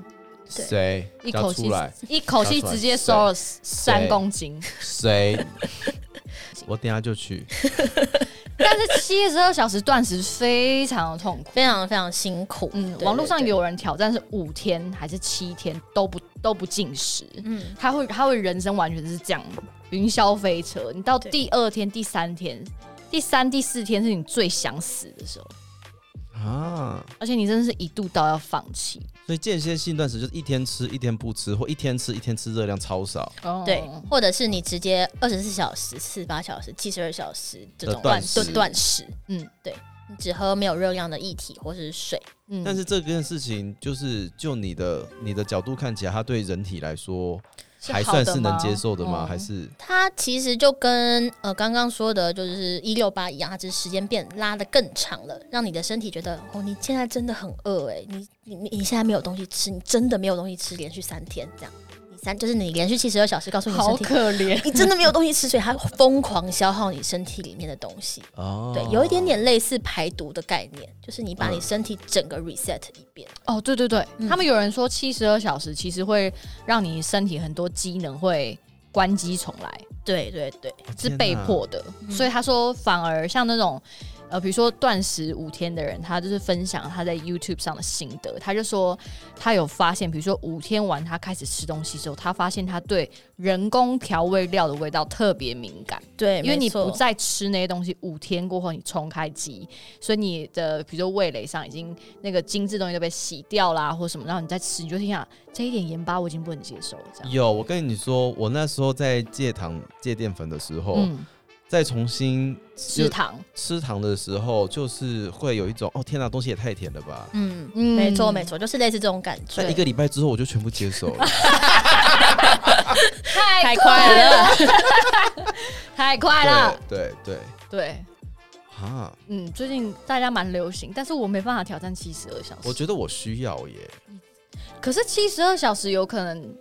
Speaker 3: 对
Speaker 2: 谁
Speaker 1: 一
Speaker 2: 要
Speaker 1: 口
Speaker 2: 出
Speaker 1: 气
Speaker 2: 来？
Speaker 1: 一口气直接瘦了三公斤。
Speaker 2: 谁？我等一下就去。
Speaker 1: 但是七十二小时断食非常的痛苦。
Speaker 3: 非常非常辛苦。
Speaker 1: 嗯，
Speaker 3: 对
Speaker 1: 网络上，
Speaker 3: 对
Speaker 1: 有人挑战是五天还是七天都不都不进食，
Speaker 3: 对嗯，
Speaker 1: 他会他会人生完全是这样云霄飞车。你到
Speaker 3: 对
Speaker 1: 第二天、第三天、第三、第四天是你最想死的时候，
Speaker 2: 啊，
Speaker 1: 而且你真的是一度到要放弃。
Speaker 2: 所以间歇性断食就是一天吃一天不吃，或一天吃一天吃热量超少
Speaker 1: 哦
Speaker 3: 对，或者是你直接二十四小时、四十八小时、七十二小时这种
Speaker 2: 的断食
Speaker 3: 断断食，
Speaker 1: 嗯
Speaker 3: 你只喝没有热量的液体或是水。
Speaker 1: 嗯
Speaker 2: 但是这件事情就是就你的你的角度看起来，它对人体来说还算是能接受的
Speaker 1: 哦
Speaker 2: 吗？哦还？是
Speaker 3: 它其实就跟呃刚刚说的，就是一六八一样，它只是时间变拉的更长了，让你的身体觉得哦，你现在真的很饿哎、你你你你现在没有东西吃，你真的没有东西吃，连续三天这样，你三就是你连续七十二小时告诉你
Speaker 1: 好
Speaker 3: 身体，
Speaker 1: 可怜，
Speaker 3: 你真的没有东西吃，所以它疯狂消耗你身体里面的东西。
Speaker 2: 哦，
Speaker 3: 对，有一点点类似排毒的概念，就是你把你
Speaker 2: 嗯
Speaker 3: 身体整个 reset 一遍。
Speaker 1: 哦，对对对，
Speaker 3: 嗯
Speaker 1: 他们有人说七十二小时其实会让你身体很多机能会关机重来，
Speaker 3: 对对对，
Speaker 2: 哦
Speaker 1: 是被迫的。
Speaker 3: 嗯
Speaker 1: 所以他说，反而像那种呃，比如说断食五天的人，他就是分享他在 YouTube 上的心得。他就说，他有发现，比如说五天完他开始吃东西之后，他发现他对人工调味料的味道特别敏感。
Speaker 3: 对，
Speaker 1: 因为你
Speaker 3: 没错
Speaker 1: 不再吃那些东西，五天过后你重开机，所以你的比如说味蕾上已经那个精致东西都被洗掉啦，或什么，然后你再吃，你就心想这一点盐巴我已经不能接受了，这样。
Speaker 2: 有，我跟你说，我那时候在戒糖、戒淀粉的时候，
Speaker 1: 嗯，
Speaker 2: 再重新
Speaker 1: 吃糖，
Speaker 2: 吃糖的时候，就是会有一种哦，天哪，东西也太甜了吧！
Speaker 3: 嗯，
Speaker 1: 嗯
Speaker 3: 没错没错，就是类似这种感
Speaker 2: 在
Speaker 3: 觉，
Speaker 2: 一个礼拜之后，我就全部接受了。
Speaker 1: 太
Speaker 3: 太快了，
Speaker 1: 太快了，
Speaker 2: 对对对，
Speaker 1: 对，
Speaker 2: 啊，
Speaker 1: 嗯，最近大家蛮流行，但是我没办法挑战七十二小时，
Speaker 2: 我觉得我需要耶。
Speaker 1: 可是七十二小时有可能。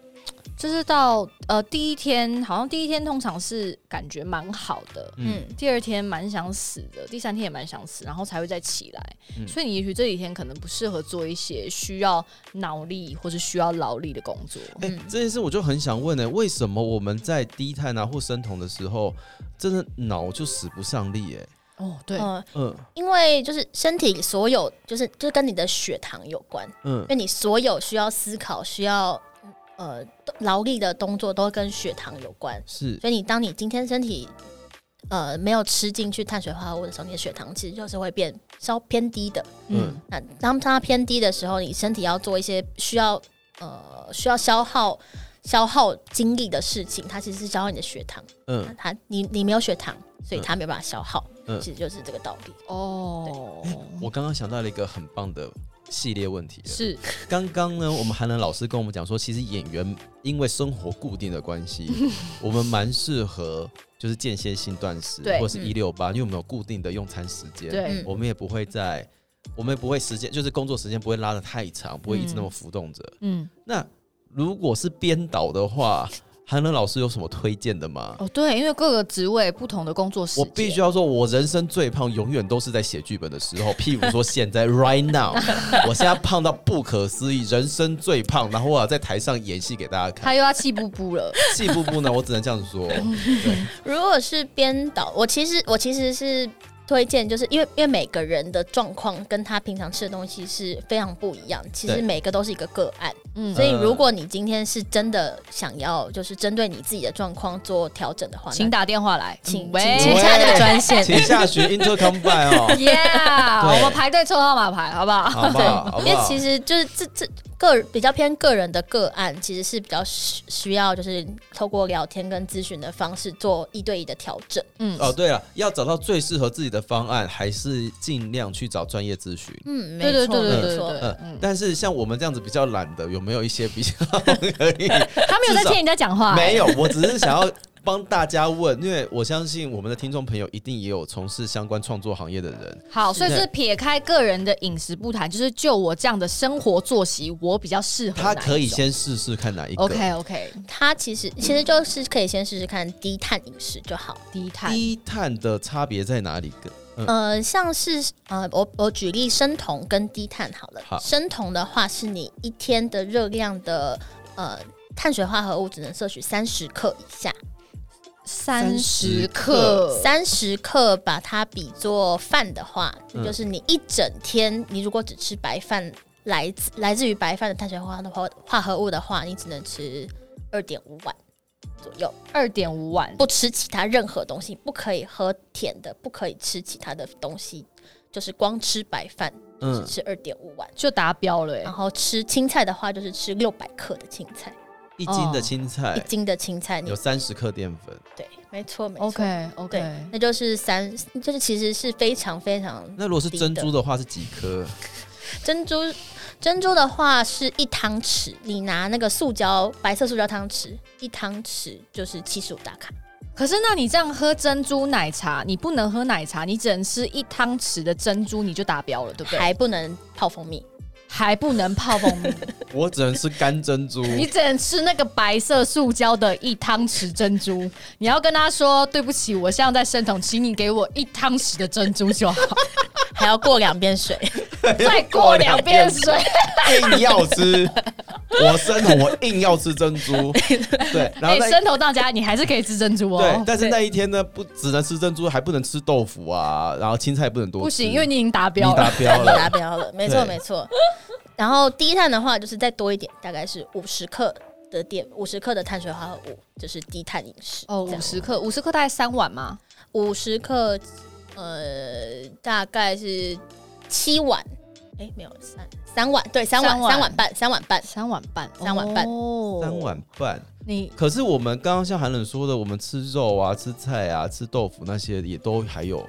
Speaker 1: 就是到呃第一天，好像第一天通常是感觉蛮好的，
Speaker 2: 嗯，
Speaker 3: 嗯，
Speaker 1: 第二天蛮想死的，第三天也蛮想死，然后才会再起来。
Speaker 2: 嗯
Speaker 1: 所以你也许这几天可能不适合做一些需要脑力或是需要劳力的工作。
Speaker 2: 哎、
Speaker 3: 嗯
Speaker 2: 这件事我就很想问呢、欸为什么我们在低碳啊或生酮的时候，真的脑就使不上力、哎，
Speaker 1: 哦，对
Speaker 3: 呃
Speaker 2: 嗯
Speaker 3: 因为就是身体所有就是就是跟你的血糖有关，
Speaker 2: 嗯
Speaker 3: 因为你所有需要思考、需要呃劳力的动作都跟血糖有关，
Speaker 2: 是
Speaker 3: 所以你当你今天身体呃没有吃进去碳水化合物的时候，你的血糖其实就是会变稍偏低的。
Speaker 2: 嗯
Speaker 3: 那当它偏低的时候，你身体要做一些需要呃需要消耗消耗精力的事情，它其实是消耗你的血糖。那
Speaker 2: 嗯
Speaker 3: 它你你没有血糖，所以它没有办法消耗，
Speaker 2: 嗯
Speaker 3: 其实就是这个道理。
Speaker 1: 哦，
Speaker 2: 我刚刚想到了一个很棒的系列问题了。
Speaker 1: 是
Speaker 2: 刚刚呢，我们韩冷老师跟我们讲说，其实演员因为生活固定的关系，我们蛮适合就是间歇性断食
Speaker 1: 对，
Speaker 2: 或是
Speaker 3: 嗯
Speaker 2: 一六八，因为我们有固定的用餐时间，
Speaker 1: 对，
Speaker 3: 嗯
Speaker 2: 我们也不会在，我们也不会时间就是工作时间不会拉的太长，不会一直那么浮动着。
Speaker 1: 嗯，
Speaker 2: 那如果是编导的话，韩冷老师有什么推荐的吗？
Speaker 1: 哦，对，因为各个职位、不同的工作时
Speaker 2: 我
Speaker 1: 间，
Speaker 2: 必须要说，我人生最胖，永远都是在写剧本的时候。譬如说 现在 right now，我现在胖到不可思议，人生最胖。然后我要在台上演戏给大家看
Speaker 1: 他，又要气不不 了。
Speaker 2: 气不不呢？我只能这样 说。对，
Speaker 3: 如果是编导，我其实我其实是推荐，就是因为因为每个人的状况跟他平常吃的东西是非常不一样，其实
Speaker 2: 对
Speaker 3: 每个都是一个个案，
Speaker 1: 嗯
Speaker 3: 所以如果你今天是真的想要就是针对你自己的状况做调整的话，
Speaker 1: 请
Speaker 3: 那
Speaker 1: 打电话来，
Speaker 3: 请
Speaker 1: 喂
Speaker 3: 请洽那个专线。
Speaker 2: 请下询 intercom by 哦，
Speaker 1: ，Yeah，
Speaker 2: 对
Speaker 1: 我们排队抽号码牌，好不好？
Speaker 2: 好不好？好
Speaker 3: 因
Speaker 2: 不
Speaker 3: 为
Speaker 2: 好？
Speaker 3: 其实就是这这个比较偏个人的个案，其实是比较需需要就是透过聊天跟咨询的方式做一对一的调整。
Speaker 1: 嗯，
Speaker 2: 哦，对了，要找到最适合自己的方案，还是尽量去找专业咨询。
Speaker 3: 嗯，
Speaker 1: 对对
Speaker 3: 没错
Speaker 1: 对对
Speaker 3: 没
Speaker 1: 对
Speaker 3: 错
Speaker 1: 对，
Speaker 2: 嗯，
Speaker 1: 嗯
Speaker 2: 但是像我们这样子比较懒的，有没有一些比较 可 以
Speaker 1: 他没有在
Speaker 2: 至少
Speaker 1: 听人家讲话，
Speaker 2: 没有，我只是想要帮大家问，因为我相信我们的听众朋友一定也有从事相关创作行业的人。
Speaker 1: 好，所以
Speaker 2: 对
Speaker 1: 是撇开个人的饮食不谈，就是就我这样的生活作息，我比较适合哪
Speaker 2: 他
Speaker 1: 一种。
Speaker 2: 可以先试试看哪一个
Speaker 1: OK OK
Speaker 3: 它其实其实就是可以先试试看低碳饮食就好。
Speaker 1: 低碳
Speaker 2: 低碳的差别在哪里？个
Speaker 3: 呃，像是呃，我我举例生酮跟低碳好了。
Speaker 2: 好
Speaker 3: 生酮的话是你一天的热量的呃碳水化合物只能摄取三十克以下，
Speaker 1: 三十
Speaker 2: 30
Speaker 1: 克
Speaker 2: 克，
Speaker 3: 三十克把它比作饭的话，
Speaker 2: 嗯
Speaker 3: 就是你一整天你如果只吃白饭，来自来自于白饭的碳水化合化合物的话，你只能吃二点五碗左右。
Speaker 1: 二点五碗，
Speaker 3: 不吃其他任何东西，不可以喝甜的，不可以吃其他的东西，就是光吃白饭
Speaker 2: 嗯，
Speaker 3: 吃二点五碗，
Speaker 1: 就达标了、欸
Speaker 3: 然。后吃青菜的话就是吃六百克的青菜，
Speaker 2: 一斤
Speaker 1: 哦
Speaker 2: 的青
Speaker 3: 一
Speaker 2: 菜
Speaker 3: 斤的青菜，你
Speaker 2: 有三十克淀粉，
Speaker 3: 对，没错没错
Speaker 1: OK
Speaker 3: 对
Speaker 1: OK，，
Speaker 3: 那就是三，就是其实是非常非常
Speaker 2: 那如果是
Speaker 3: 低
Speaker 2: 珍
Speaker 3: 的
Speaker 2: 珠的话是几颗？
Speaker 3: 珍珠珍珠的话是一汤匙，你拿那个塑胶白色塑胶汤匙一汤匙就是七十五大卡，
Speaker 1: 可是那你这样喝珍珠奶茶，你不能喝奶茶，你只能吃一汤匙的珍珠，你就达标了，对不对？
Speaker 3: 还不能泡蜂蜜。
Speaker 1: 还不能泡蜂 蜜，
Speaker 2: 我只能吃干珍珠。
Speaker 1: 你只能吃那个白色塑胶的一汤匙珍珠。你要跟他说对不起，我现在在生酮，请你给我一汤匙的珍珠 就好，
Speaker 3: 还要过两遍 水，
Speaker 1: 再过两遍水。
Speaker 2: 硬要 吃，我生酮，我硬要吃珍 珠。对，然
Speaker 1: 哎、
Speaker 2: 后那、
Speaker 1: 生酮大家，你还是可以吃珍珠
Speaker 2: 对
Speaker 1: 哦，。
Speaker 2: 但是那一天呢，不只能吃珍珠，还不能吃豆腐啊，然后青菜也不能多吃，
Speaker 1: 不行，因为你已经达
Speaker 2: 你
Speaker 1: 标了。
Speaker 2: 达标
Speaker 3: 你
Speaker 2: 了
Speaker 3: 达。标了，没错
Speaker 2: 对
Speaker 3: 没错。然后低碳的话，就是再多一点，大概是五十克的淀，五十克的碳水化合物，就是低碳饮食。
Speaker 1: 哦，五十克，五十克大概三碗嘛。
Speaker 3: 五十克，呃，大概是七碗，哎、没有三三碗，对，三碗
Speaker 1: 三碗
Speaker 3: 三碗半，三碗半，
Speaker 1: 三碗半，
Speaker 3: 三碗半
Speaker 1: 哦
Speaker 2: 三。碗半，
Speaker 1: 你
Speaker 2: 可是我们刚刚像韩冷说的，我们吃肉啊、吃菜啊、吃豆腐那些也都还有，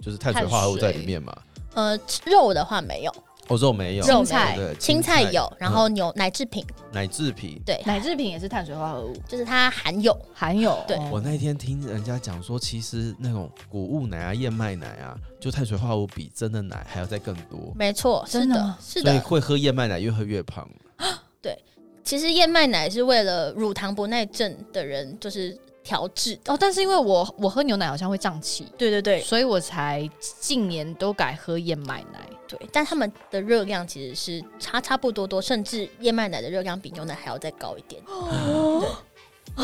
Speaker 2: 就是碳水化合物在里面嘛。
Speaker 3: 呃，肉的话没有，
Speaker 2: 哦，肉哎没有，
Speaker 3: 肉
Speaker 1: 青菜
Speaker 2: 对对
Speaker 3: 青菜有，然后
Speaker 2: 嗯
Speaker 3: 牛奶制品，
Speaker 2: 奶制品。
Speaker 3: 对，
Speaker 1: 奶制品也是碳水化合物，
Speaker 3: 就是它含有，
Speaker 1: 含有
Speaker 3: 对
Speaker 1: 哦
Speaker 2: 我那天听人家讲说，其实那种谷物奶啊、燕麦奶啊，就碳水化合物比真的奶还要再更多，
Speaker 3: 没错，是
Speaker 1: 真的吗
Speaker 3: 的，是
Speaker 2: 所以
Speaker 3: 的。
Speaker 2: 会喝燕麦奶越喝越胖。
Speaker 3: 其实燕麦奶是为了乳糖不耐症的人就是调制的，
Speaker 1: 哦，但是因为我我喝牛奶好像会胀气，
Speaker 3: 对对对，
Speaker 1: 所以我才近年都改喝燕麦奶。
Speaker 3: 对，但他们的热量其实是差差不多多，甚至燕麦奶的热量比牛奶还要再高一点。
Speaker 2: 哦
Speaker 3: 对，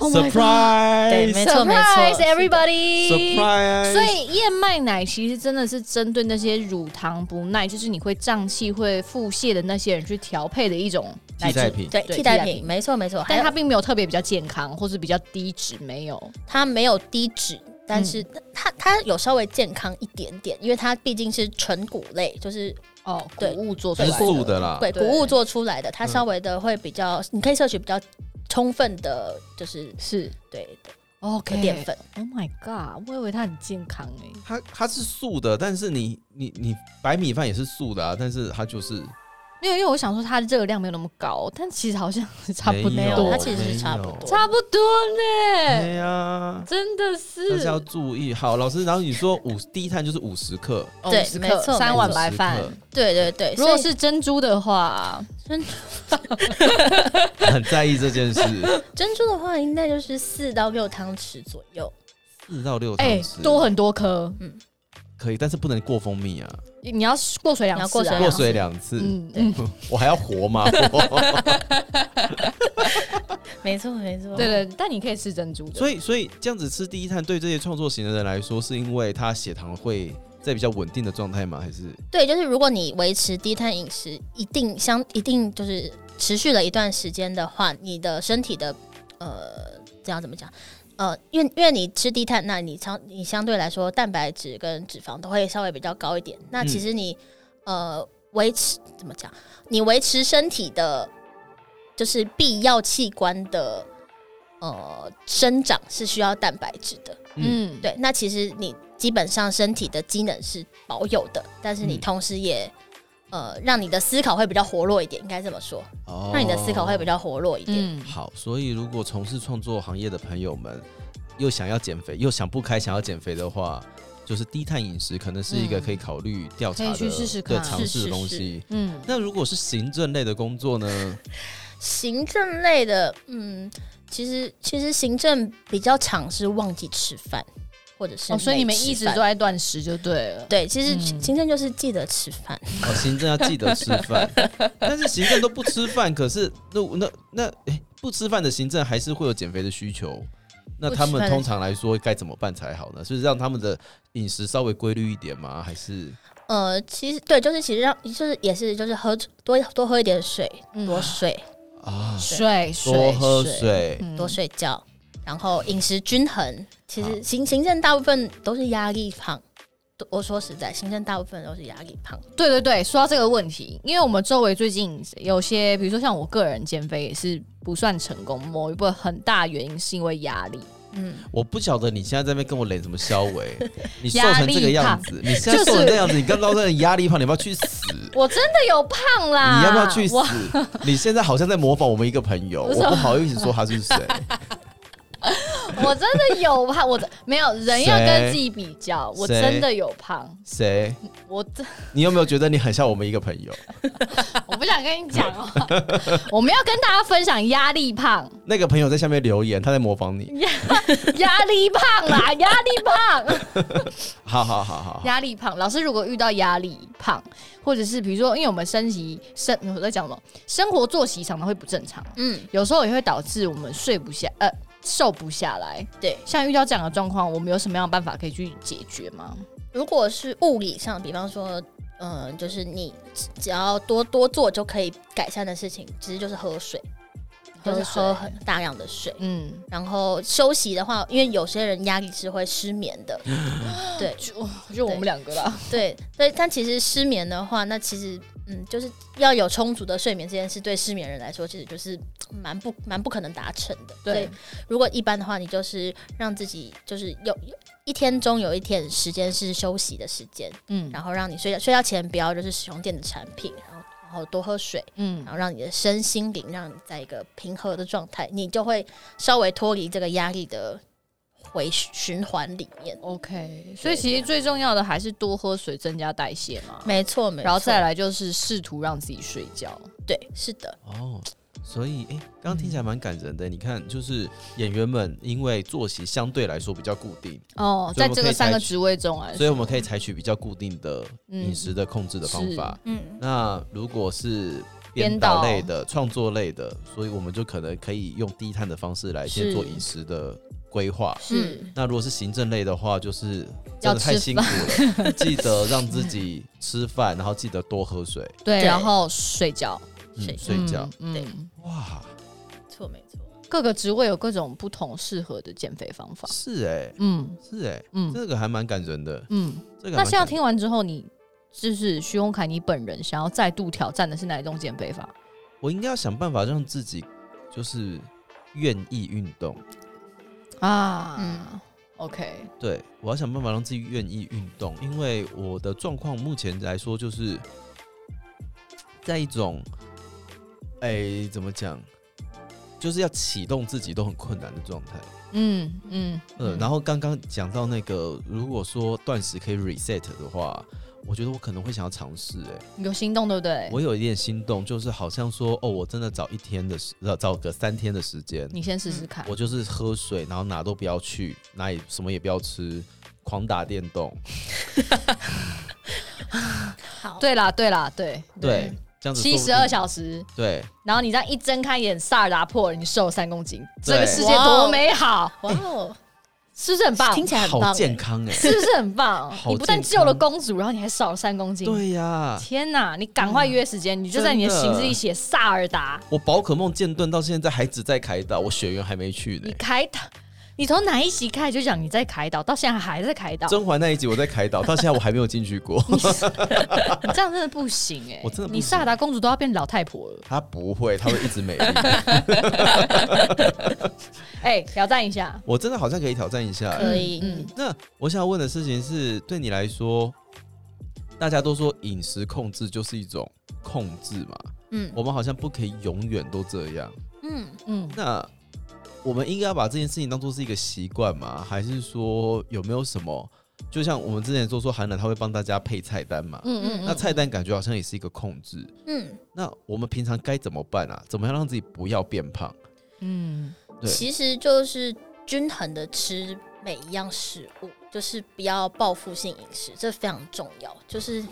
Speaker 2: Surprise！
Speaker 3: 没错没
Speaker 1: Oh
Speaker 3: 错
Speaker 1: Surprise everybody！
Speaker 2: Surprise！
Speaker 1: 所以燕麦奶其实真的是针对那些乳糖不耐，就是你会胀气、会腹泻的那些人去调配的一种奶
Speaker 2: 替代
Speaker 1: 制，
Speaker 2: 品，
Speaker 3: 对，
Speaker 1: 对
Speaker 3: 替代
Speaker 1: 替代品
Speaker 3: 品，没错没错，还
Speaker 1: 但
Speaker 3: 有
Speaker 1: 它
Speaker 3: 它
Speaker 1: 并没有特别比较健康，或是比较低脂，没有。
Speaker 3: 它没有低脂，但是它它有稍微健康一点点，因为它毕竟是纯谷类，就是
Speaker 1: 哦，谷
Speaker 3: 对
Speaker 1: 物做出
Speaker 2: 就
Speaker 1: 来的
Speaker 2: 是素的啦。
Speaker 3: 对
Speaker 1: 对
Speaker 3: 谷物做出来的，它
Speaker 2: 嗯
Speaker 3: 稍微的会比较，你可以摄取比较充分的，就是
Speaker 1: 是
Speaker 3: 对的
Speaker 1: OK
Speaker 3: 的淀。粉。
Speaker 1: Oh my god！我以为它很健康哎、
Speaker 2: 它它是素的，但是你你你白米饭也是素的啊，但是它就是
Speaker 1: 因为因为我想说它的热量没有那么高，但其实好像是差不
Speaker 2: 没有
Speaker 1: 多，
Speaker 3: 它其实是差不
Speaker 2: 没
Speaker 3: 多
Speaker 2: 有
Speaker 1: 差不多呢、
Speaker 2: 对呀，
Speaker 1: 真的
Speaker 2: 但是
Speaker 1: 是
Speaker 2: 要注意。好，老师，然后你说五低碳就是五十克，
Speaker 1: 哦
Speaker 3: 对
Speaker 1: 50
Speaker 3: 没
Speaker 1: 克
Speaker 3: 错
Speaker 1: 三碗
Speaker 2: 没错
Speaker 1: 白饭
Speaker 2: 50克。
Speaker 3: 对对对，
Speaker 1: 如果
Speaker 3: 所以
Speaker 1: 是珍珠的话，
Speaker 2: 很在意这 件事，
Speaker 3: 珍珠的话，应该就是四到六汤匙左右。
Speaker 2: 四到六汤
Speaker 1: 哎、
Speaker 2: 匙
Speaker 1: 多很多颗，
Speaker 2: 可以，但是不能过蜂蜜啊，
Speaker 1: 你要过水两次、啊，
Speaker 3: 你要过水
Speaker 2: 过
Speaker 3: 两次
Speaker 2: 水两次，
Speaker 1: 嗯嗯，
Speaker 2: 我还要活吗？
Speaker 3: 没错没错，
Speaker 1: 对对，但你可以吃珍珠的，
Speaker 2: 所以，所以这样子吃低碳对这些创作型的人来说，是因为他血糖会在比较稳定的状态吗？还是
Speaker 3: 对，就是如果你维持低碳饮食，一定相一定就是持续了一段时间的话，你的身体的呃，这样怎么讲？呃，因为因为你吃低碳，那你相你相对来说蛋白质跟脂肪都会稍微比较高一点。那其实你、呃维持怎么讲？你维持身体的，就是必要器官的呃生长是需要蛋白质的。
Speaker 1: 嗯，
Speaker 3: 对，那其实你基本上身体的机能是保有的，但是你
Speaker 2: 嗯
Speaker 3: 同时也、呃让你的思考会比较活络一点，应该这么说，
Speaker 2: 哦
Speaker 3: 让你的思考会比较活络一点。
Speaker 1: 嗯，
Speaker 2: 好，所以如果从事创作行业的朋友们，又想要减肥，又想不开，想要减肥的话，就是低碳饮食可能是一个
Speaker 1: 嗯
Speaker 2: 可以考虑调查的、
Speaker 1: 可以去试试
Speaker 2: 对
Speaker 1: 看
Speaker 2: 尝试
Speaker 3: 是
Speaker 2: 的
Speaker 3: 是
Speaker 2: 东
Speaker 3: 是
Speaker 2: 西。
Speaker 1: 嗯，
Speaker 2: 那如果是行政类的工作呢？
Speaker 3: 行政类的，嗯，其实其实行政比较常是忘记吃饭，或者是
Speaker 1: 哦，所以你们
Speaker 3: 没吃
Speaker 1: 一直
Speaker 3: 饭
Speaker 1: 都在断食就对了。
Speaker 3: 对，其实
Speaker 1: 嗯
Speaker 3: 行政就是记得吃饭，
Speaker 2: 哦，行政要记得吃 饭，但是行政都不吃饭，可是那那那哎、不吃饭的行政还是会有减肥的需求。那他
Speaker 3: 不吃
Speaker 2: 们
Speaker 3: 饭
Speaker 2: 通常来说该怎么办才好呢？是让他们的饮食稍微规律一点吗？还是
Speaker 3: 呃，其实对，就是其实让就是也是就是喝多多喝一点水，
Speaker 1: 嗯
Speaker 3: 多睡，
Speaker 2: 啊，
Speaker 1: 水水
Speaker 2: 多喝
Speaker 1: 水
Speaker 2: 水？
Speaker 1: 嗯
Speaker 3: 多睡觉，然后饮食均衡。其
Speaker 2: 好
Speaker 3: 实行行政大部分都是压力胖，都我说实在，行政大部分都是压力胖。
Speaker 1: 对对对，说到这个问题，因为我们周围最近有些，比如说像我个人减肥也是不算成功，某一部分很大原因是因为压力，
Speaker 3: 嗯，
Speaker 2: 我不晓得你现在在那边跟我脸什么消 委，你瘦
Speaker 1: 压
Speaker 2: 成
Speaker 1: 力
Speaker 2: 这个样
Speaker 1: 胖
Speaker 2: 子，你现在瘦成这样子，你刚刚在压力胖，你要不要去死？
Speaker 1: 我真的有胖啦，
Speaker 2: 你要不要去死
Speaker 1: 我？
Speaker 2: 你现在好像在模仿我们一个朋友，
Speaker 1: 不是
Speaker 2: 我不好意思说他 是谁。
Speaker 1: 我真的有胖，我的没有人要
Speaker 2: 谁
Speaker 1: 跟自己比较，我
Speaker 2: 谁
Speaker 1: 真的有胖，
Speaker 2: 谁？
Speaker 1: 我真
Speaker 2: 你有没有觉得你很像我们一个朋 友？
Speaker 1: 我不想跟你讲 哦，我们要跟大家分享压力胖，
Speaker 2: 那个朋友在下面留言，他在模仿你。
Speaker 1: 压力胖啦，压力胖，
Speaker 2: 好好好好，
Speaker 1: 压力胖。老师如果遇到压力胖，或者是比如说，因为我们生习生我在讲什么，生活作息常常会不正常，
Speaker 3: 嗯，
Speaker 1: 有时候也会导致我们睡不下，呃，瘦不下来。
Speaker 3: 对。
Speaker 1: 像遇到这样的状况，我们有什么样的办法可以去解决吗？
Speaker 3: 如果是物理上，比方说，嗯、就是你只只要多多做就可以改善的事情，其实就是喝水，就是喝
Speaker 1: 水
Speaker 3: 很大量的水。
Speaker 1: 嗯，
Speaker 3: 然后休息的话，因为有些人压力是会失眠的，对
Speaker 1: 就哦就我们两个啦。
Speaker 3: 对对。但其实失眠的话，那其实嗯，就是要有充足的睡眠这件事，对失眠人来说，其实就是蛮不蛮不可能达成的。所以
Speaker 1: 对，
Speaker 3: 如果一般的话，你就是让自己就是有有一天中有一天时间是休息的时间，
Speaker 1: 嗯
Speaker 3: 然后让你睡觉睡觉前不要就是使用电子产品，然后然后多喝水，
Speaker 1: 嗯
Speaker 3: 然，后让你的身心灵让你在一个平和的状态，你就会稍微脱离这个压力的回循环里面。
Speaker 1: OK，所以其实最重要的还是多喝水，增加代谢嘛。
Speaker 3: 没错，没错。
Speaker 1: 然后再来就是试图让自己睡觉。
Speaker 3: 对，是的，
Speaker 2: 哦，所以哎，刚、刚听起来蛮感人的。你看，就是演员们因为作息相对来说比较固定，
Speaker 1: 哦，
Speaker 2: 所以
Speaker 1: 在
Speaker 2: 我们
Speaker 1: 这
Speaker 2: 可以
Speaker 1: 个三
Speaker 2: 采
Speaker 1: 个
Speaker 2: 取
Speaker 1: 职位中来
Speaker 2: 所以
Speaker 1: 说，
Speaker 2: 我们可以采取比较固定的
Speaker 1: 呃嗯
Speaker 2: 饮食的控制的方法。
Speaker 3: 嗯，
Speaker 2: 那如果是编
Speaker 1: 编
Speaker 2: 导
Speaker 1: 导
Speaker 2: 类的、创作类的，所以我们就可能可以用低碳的方式来先
Speaker 1: 是
Speaker 2: 做饮食的规划。
Speaker 1: 是
Speaker 3: 嗯
Speaker 2: 那如果是行政类的话，就是真
Speaker 1: 要
Speaker 2: 的太
Speaker 1: 吃
Speaker 2: 辛苦 了，记得让自己吃饭，然后记得多喝水，
Speaker 1: 对，
Speaker 3: 对
Speaker 1: 然后睡觉，
Speaker 2: 嗯，
Speaker 3: 睡
Speaker 2: 睡觉。
Speaker 1: 嗯，
Speaker 3: 对
Speaker 1: 嗯
Speaker 2: 哇，
Speaker 3: 没错，没错。
Speaker 1: 各个职位有各种不同适合的减肥方法。
Speaker 2: 是哎、
Speaker 1: 嗯
Speaker 2: 是哎、
Speaker 1: 嗯
Speaker 2: 这个还蛮感人的。
Speaker 1: 嗯。
Speaker 2: 这
Speaker 1: 那
Speaker 2: 个还蛮
Speaker 1: 现在
Speaker 2: 感人
Speaker 1: 听完之后，你就是徐宏凯，你本人想要再度挑战的是哪一种减肥法？
Speaker 2: 我应该要想办法让自己就是愿意运动，
Speaker 1: 啊，
Speaker 3: 嗯
Speaker 1: 嗯，OK，
Speaker 2: 对我要想办法让自己愿意运动，因为我的状况目前来说就是在一种，哎、怎么讲，就是要启动自己都很困难的状态。
Speaker 1: 嗯嗯
Speaker 2: 嗯，然后刚刚讲到那个，如果说断食可以 reset 的话，我觉得我可能会想要尝试、哎。
Speaker 1: 有心动对不对？
Speaker 2: 我有一点心动，就是好像说，哦，我真的找一天的时，呃找个三天的时间，
Speaker 1: 你先试试看。
Speaker 2: 我就是喝水，然后哪都不要去，哪也什么也不要吃，狂打电动，
Speaker 3: 好，
Speaker 1: 对啦对啦对
Speaker 2: 对，这样子
Speaker 1: 七
Speaker 2: 说不
Speaker 1: 十
Speaker 2: 定
Speaker 1: 二，小时，
Speaker 2: 对，
Speaker 1: 然后你这样一睁开眼，萨尔达破了，你瘦三公斤，
Speaker 2: 对
Speaker 1: 这个世界多美好，
Speaker 3: 哇哦，
Speaker 1: 是不是很棒？欸
Speaker 3: 听起来很棒
Speaker 2: 好
Speaker 3: 哎，
Speaker 2: 健康哎、
Speaker 1: 是不是很棒？
Speaker 2: 好
Speaker 1: 你不但
Speaker 2: 健
Speaker 1: 救了
Speaker 2: 康
Speaker 1: 公主，然后你还少了三公斤。
Speaker 2: 对呀、
Speaker 1: 天哪！你赶快约时间，你就在你的
Speaker 2: 真的
Speaker 1: 行事历写萨尔达，
Speaker 2: 我宝可梦剑盾到现在还只在凯岛，我血缘还没去呢
Speaker 1: 你。开导，你从哪一集开始就讲你在开导，到现在还在开导，
Speaker 2: 甄嬛那一集我在凯岛，到现在我还没有进去过。
Speaker 1: 你这样真的不行哎、
Speaker 2: 我真的不行
Speaker 1: 你萨尔达公主都要变老太婆了。
Speaker 2: 她不会，她会一直美丽。
Speaker 1: 哎、
Speaker 2: 嗯
Speaker 1: 挑战一下，
Speaker 2: 我真的好像可以挑战一下、哎
Speaker 3: 可以，
Speaker 1: 嗯
Speaker 3: 嗯，
Speaker 2: 那我想要问的事情是，对你来说，大家都说饮食控制就是一种控制嘛，
Speaker 3: 嗯
Speaker 2: 我们好像不可以永远都这样。
Speaker 3: 嗯，
Speaker 1: 嗯，
Speaker 2: 那我们应该要把这件事情当做是一个习惯吗？还是说有没有什么？就像我们之前说说韩冷他会帮大家配菜单嘛，
Speaker 1: 嗯嗯，
Speaker 2: 那菜单感觉好像也是一个控制。
Speaker 3: 嗯，
Speaker 2: 那我们平常该怎么办啊？怎么样让自己不要变胖？
Speaker 1: 嗯，
Speaker 2: 对，
Speaker 3: 其实就是均衡的吃每一样食物，就是不要报复性饮食，这非常重要。就是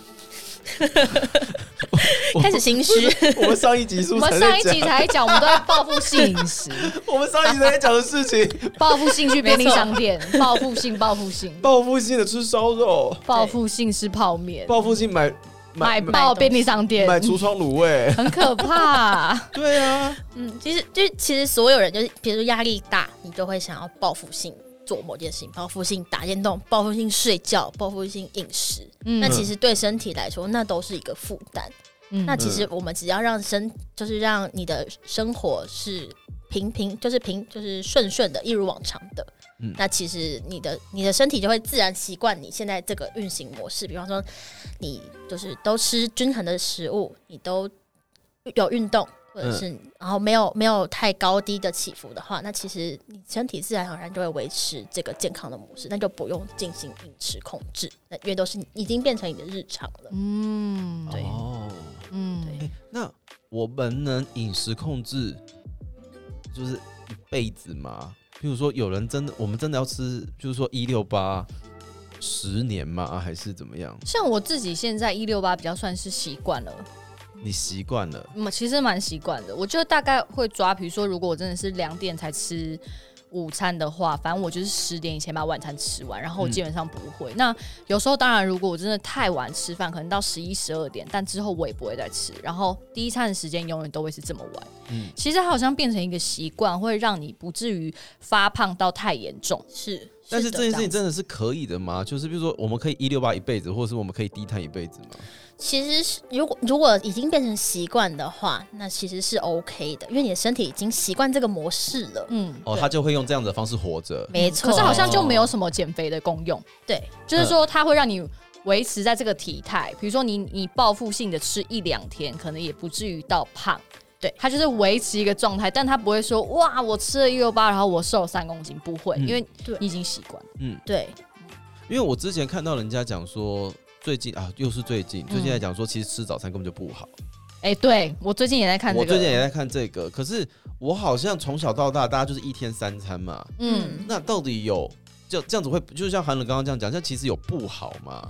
Speaker 3: 开始心虚，
Speaker 2: 我们上一集是
Speaker 1: 我
Speaker 2: 不是
Speaker 1: 们上
Speaker 2: 才在
Speaker 1: 一
Speaker 2: 讲
Speaker 1: 集才讲，我们都在报复性 饮食，
Speaker 2: 我们上一集才在讲的事情？
Speaker 1: 报复性去便利
Speaker 3: 没错
Speaker 1: 商店，报复性报复性
Speaker 2: 报复性的吃烧肉，
Speaker 1: 报复性吃泡面，
Speaker 2: 报复性买
Speaker 1: 买
Speaker 2: 买
Speaker 1: 爆便利商店，，
Speaker 2: 买橱窗卤味
Speaker 1: 很可 怕。
Speaker 2: 对啊，
Speaker 3: 嗯，其实就是其实所有人就是，比如说压力大，你就会想要报复性做某件事情，报复性打电动，报复性睡觉，报复性饮食。
Speaker 1: 嗯
Speaker 3: 那其实对身体来说，那都是一个负担。
Speaker 1: 嗯
Speaker 3: 那其实我们只要让生，就是让你的生活是平平，就是平，就是顺顺的，一如往常的。
Speaker 2: 嗯
Speaker 3: 那其实你的你的身体就会自然习惯你现在这个运行模式。比方说，你就是都吃均衡的食物，你都有运动，或者
Speaker 2: 嗯
Speaker 3: 是、然后没有没有太高低的起伏的话，那其实你身体自然而然就会维持这个健康的模式，那就不用进行饮食控制，那因为都是已经变成你的日常了。
Speaker 1: 嗯
Speaker 3: 对
Speaker 2: 哦，
Speaker 1: 嗯
Speaker 2: 哎，那我们能饮食控制就是一辈子吗？譬如说，有人真的，我们真的要吃，就是说一六八十年吗？还是怎么样？
Speaker 1: 像我自己现在一六八比较算是习惯了，
Speaker 2: 你习惯了，
Speaker 1: 嗯，其实蛮习惯的。我就大概会抓，比如说，如果我真的是两点才吃午餐的话，反正我就是十点以前把晚餐吃完，然后我
Speaker 2: 嗯
Speaker 1: 基本上不会。那有时候当然，如果我真的太晚吃饭，可能到十一、十二点，但之后我也不会再吃。然后第一餐的时间永远都会是这么晚。
Speaker 2: 嗯
Speaker 1: 其实它好像变成一个习惯，会让你不至于发胖到太严重。
Speaker 3: 是，
Speaker 2: 但是
Speaker 3: 的
Speaker 2: 这件事
Speaker 3: 样
Speaker 2: 情
Speaker 3: 子
Speaker 2: 真的是可以的吗？就是比如说，我们可以一六八一辈子，或者是我们可以低碳一辈子吗？
Speaker 3: 其实是如果如果已经变成习惯的话，那其实是 OK 的，因为你的身体已经习惯这个模式了。
Speaker 1: 嗯，
Speaker 2: 哦，
Speaker 3: 对
Speaker 2: 他就会用这样的方式活着。
Speaker 3: 没错，
Speaker 1: 可是好像
Speaker 2: 哦
Speaker 1: 就没有什么减肥的功用。
Speaker 3: 对，
Speaker 1: 就是
Speaker 2: 嗯
Speaker 1: 说它会让你维持在这个体态，比如说你你报复性的吃一两天，可能也不至于到胖。
Speaker 3: 对
Speaker 1: 它就是维持一个状态，但它不会说哇，我吃了一六八，然后我瘦了三公斤，不会，
Speaker 2: 嗯
Speaker 1: 因为
Speaker 3: 对
Speaker 1: 你已经习惯了。
Speaker 2: 嗯，
Speaker 3: 对，
Speaker 2: 因为我之前看到人家讲说，最近啊，又是最
Speaker 1: 嗯
Speaker 2: 近，最近在讲说，其实吃早餐根本就不好。
Speaker 1: 哎、对我最近也在看这个，
Speaker 2: 我最近也在看这个，可是我好像从小到大，大家就是一天三餐嘛。
Speaker 1: 嗯，
Speaker 2: 那到底有就这样子会，就像韩冷刚刚这样讲，这样其实有不好吗？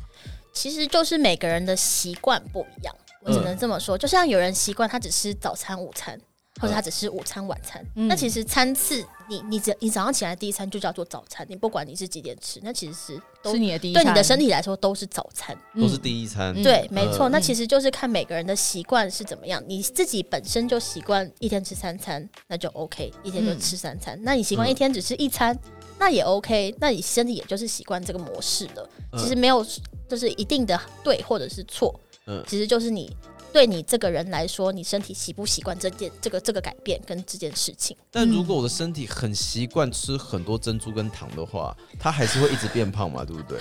Speaker 3: 其实就是每个人的习惯不一样，我只
Speaker 2: 嗯
Speaker 3: 能这么说。就像有人习惯他只吃早餐、午餐，或者他只吃午餐、晚餐，
Speaker 1: 嗯
Speaker 3: 那其实餐次，你你只你早上起来第一餐就叫做早餐，你不管你是几点吃，那其实是都
Speaker 1: 是你的第一
Speaker 3: 对
Speaker 1: 餐，
Speaker 3: 你的身体来说都是早餐。
Speaker 2: 都是第一餐，
Speaker 1: 嗯
Speaker 3: 对，没
Speaker 2: 嗯
Speaker 3: 错。那其实就是看每个人的习惯是怎么样。你自己本身就习惯一天吃三餐，那就 OK，一天就吃三餐。那你习
Speaker 2: 嗯
Speaker 3: 惯一天只吃一餐，那也 OK。那你身体也就是习惯这个模式了。
Speaker 2: 嗯
Speaker 3: 其实没有就是一定的对或者是错，
Speaker 2: 嗯
Speaker 3: 其实就是你对你这个人来说，你身体习不习惯这件这个这个改变跟这件事情。
Speaker 2: 但如果我的身体很习惯吃很多珍珠跟糖的话，它还是会一直变胖嘛，对不对？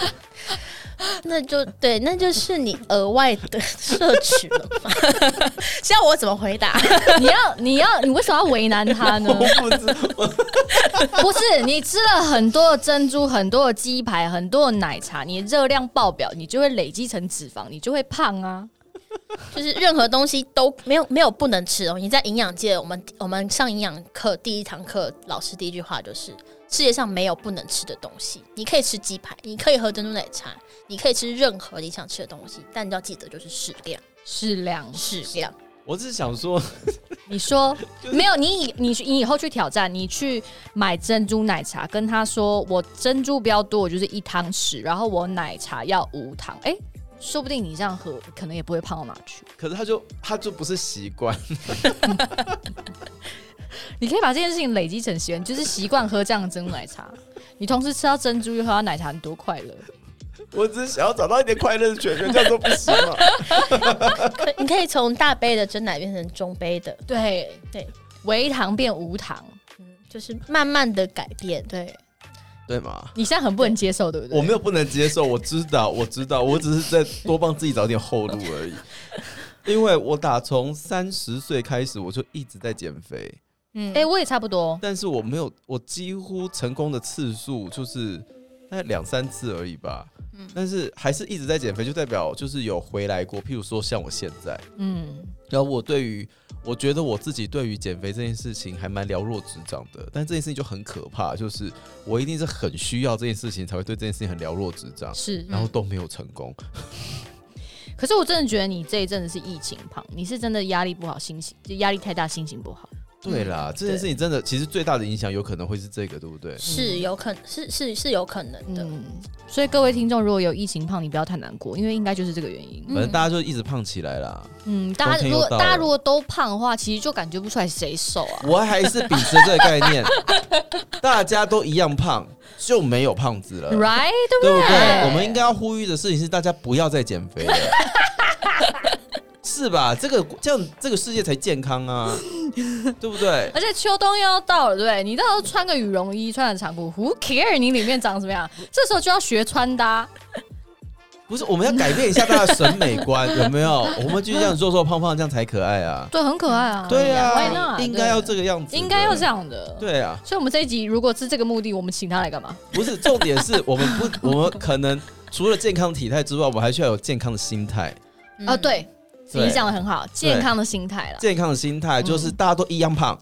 Speaker 3: 那就对，那就是你额外的 摄取了嘛。 这样我怎么回答？
Speaker 1: 你要你要你为什么要为难他 呢？
Speaker 2: 我不知
Speaker 1: 不是你吃了很多的珍珠、很多的鸡排、很多的奶茶，你热量爆表，你就会累积成脂肪，你就会胖啊。
Speaker 3: 就是任何东西都 没有没有不能吃的东西。在营养界，我们我们上营养课第一堂课，老师第一句话就是：世界上没有不能吃的东西。你可以吃鸡排，你可以喝珍珠奶茶，你可以吃任何你想吃的东西，但你要记得就是适量，
Speaker 1: 适量，
Speaker 3: 适量。
Speaker 2: 我只是想说，
Speaker 1: 你 说、没有？你以你去你以后去挑战，你去买珍珠奶茶，跟他说我珍珠不要多，我就是一汤匙，然后我奶茶要无糖。哎、说不定你这样喝，可能也不会胖到哪去。
Speaker 2: 可是它就它就不是习惯，
Speaker 1: 你可以把这件事情累积成习惯，就是习惯喝这样的珍珠奶茶。你同时吃到珍珠又喝到奶茶，你多快乐！
Speaker 2: 我只是想要找到一点快乐的泉源，这样说不行吗？
Speaker 3: 可你可以从大杯的真奶变成中杯的，
Speaker 1: 对
Speaker 3: 对，
Speaker 1: 微糖变无糖，
Speaker 3: 就是慢慢的改变。
Speaker 1: 对
Speaker 2: 对吗？
Speaker 1: 你现在很不能接受，对不对？
Speaker 2: 我没有不能接受，我知道，我知道，我只是在多帮自己找点后路而已。因为我打从三十岁开始，我就一直在减肥，
Speaker 3: 嗯，
Speaker 1: 哎、我也差不多。
Speaker 2: 但是我没有，我几乎成功的次数就是大概两三次而已吧。但是还是一直在减肥，就代表就是有回来过。譬如说像我现在，
Speaker 1: 嗯
Speaker 2: 然后我对于我觉得我自己对于减肥这件事情还蛮了若指掌的，但这件事情就很可怕，就是我一定是很需要这件事情才会对这件事情很了若指掌，
Speaker 1: 是。
Speaker 2: 然后都没有成功。
Speaker 1: 可是我真的觉得你这一阵子是疫情胖，你是真的压力不好，心情就压力太大，心情不好。嗯
Speaker 2: 对啦，这件事情真的其实最大的影响有可能会是这个，对不对？
Speaker 3: 是有可是是是有可能的，
Speaker 1: 嗯，所以各位听众，如果有疫情胖，你不要太难过，因为应该就是这个原因。
Speaker 2: 反正大家就一直胖起来啦。
Speaker 1: 嗯，大
Speaker 2: 冬
Speaker 1: 家
Speaker 2: 天
Speaker 1: 如
Speaker 2: 又
Speaker 1: 果
Speaker 2: 到
Speaker 1: 大家
Speaker 2: 了
Speaker 1: 如果都胖的话，其实就感觉不出来谁瘦啊。
Speaker 2: 我还是秉持这个概念， 大家都一样胖，就没有胖子了。
Speaker 1: Right，对不
Speaker 2: 对不对？
Speaker 1: 对
Speaker 2: 我们应该要呼吁的事情是，大家不要再减肥了，是吧？这个这样这个世界才健康啊，对不对？
Speaker 1: 而且秋冬又要到了，对不对？你到时候穿个羽绒衣，穿个长裤，Who care 你里面长什么样？这时候就要学穿搭。
Speaker 2: 不是，我们要改变一下大家的审美观，有没有？我们就这样瘦瘦胖胖，这样才可爱啊！
Speaker 1: 对，很可爱啊。
Speaker 2: 对
Speaker 1: ，Why not？
Speaker 2: 啊，应该要
Speaker 1: 对
Speaker 2: 这个样子，
Speaker 1: 应该要这。样的。，
Speaker 2: 对啊，
Speaker 1: 所以我们这一集如果是这个目的，我们请他来干嘛？
Speaker 2: 不是重点是我们 不，我们可能除了健康体态之外，我们还需要有健康的心态。
Speaker 3: 嗯
Speaker 1: 啊，，对，
Speaker 2: 对
Speaker 1: 你讲的很好，健康的心态了。
Speaker 2: 健康的心态就是大家都一样胖，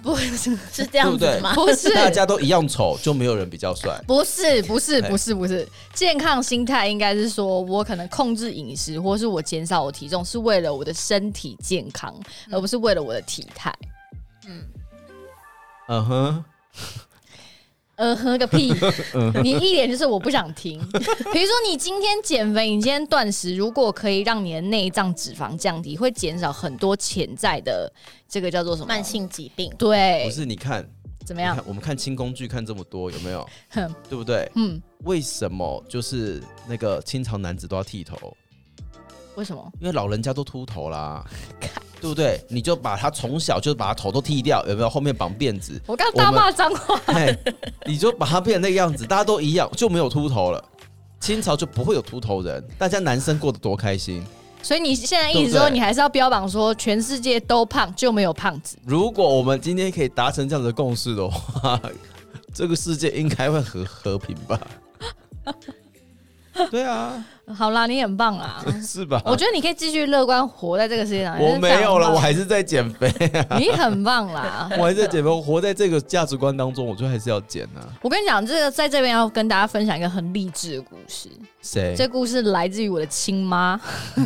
Speaker 1: 不 是，
Speaker 3: 是这样
Speaker 2: 对不
Speaker 3: 子
Speaker 2: 对
Speaker 3: 吗？
Speaker 1: 不是，
Speaker 2: 大家都一样丑，就没有人比较帅。
Speaker 1: 不是，不是，
Speaker 2: 哎
Speaker 1: 不是，不是，健康心态应该是说，我可能控制饮食，或是我减少我体重，是为了我的身体健康，而不是为了我的体态。
Speaker 2: 嗯哼，
Speaker 1: 呃呵个屁！
Speaker 2: 嗯
Speaker 1: 你一脸就是我不想 听。比如说，你今天减肥，你今天断食，如果可以让你的内脏脂肪降低，会减少很多潜在的这个叫做什么
Speaker 3: 慢？性疾病，
Speaker 1: 对
Speaker 2: 不，是你看。
Speaker 1: 怎么
Speaker 2: 你
Speaker 1: 样？
Speaker 2: 看，我们看清宫剧看这么多，有没有？
Speaker 1: 哼
Speaker 2: 对不对？
Speaker 1: 嗯，
Speaker 2: 为什么就是那个清朝男子都要剃头？
Speaker 1: 为什么？，
Speaker 2: 因为老人家都秃头 啦，对不对？你就把他从小就把他头都剃掉，有没有？后面绑辫子
Speaker 1: 我刚大骂脏话。
Speaker 2: 嘿，你就把他变成那个样子，大家都一样，就没有秃头了。清朝就不会有秃头人，大家男生过得多开心。
Speaker 1: 所以你现在一直说
Speaker 2: 对不对
Speaker 1: 你还是要标榜说全世界都胖就没有胖子，
Speaker 2: 如果我们今天可以达成这样的共识的话， 这个世界应该会和和平吧？ 对啊，
Speaker 1: 好啦，你很棒 啦。
Speaker 2: 是吧？
Speaker 1: 我觉得你可以继续乐观活在这个世界上。
Speaker 2: 我没有了，我
Speaker 1: 还
Speaker 2: 还是在减肥，
Speaker 1: 你很棒啦。
Speaker 2: 我还是在减肥，我活在这个价值观当中，我就还是要减啊。
Speaker 1: 我跟你讲，这个在这边要跟大家分享一个很励志的故事。
Speaker 2: 谁？
Speaker 1: 这故事来自于我的亲妈，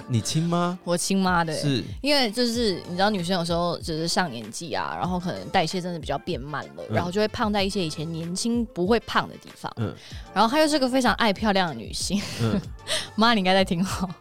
Speaker 2: 你亲吗？
Speaker 1: 我亲妈的。
Speaker 2: 是，
Speaker 1: 因为就是你知道，女生有时候只是上年纪啊，然后可能代谢真的比较变慢了，
Speaker 2: 嗯
Speaker 1: 然后就会胖在一些以前年轻不会胖的地方。
Speaker 2: 嗯
Speaker 1: 然后她又是个非常爱漂亮的女性，
Speaker 2: 嗯
Speaker 1: 妈你应该在听哦。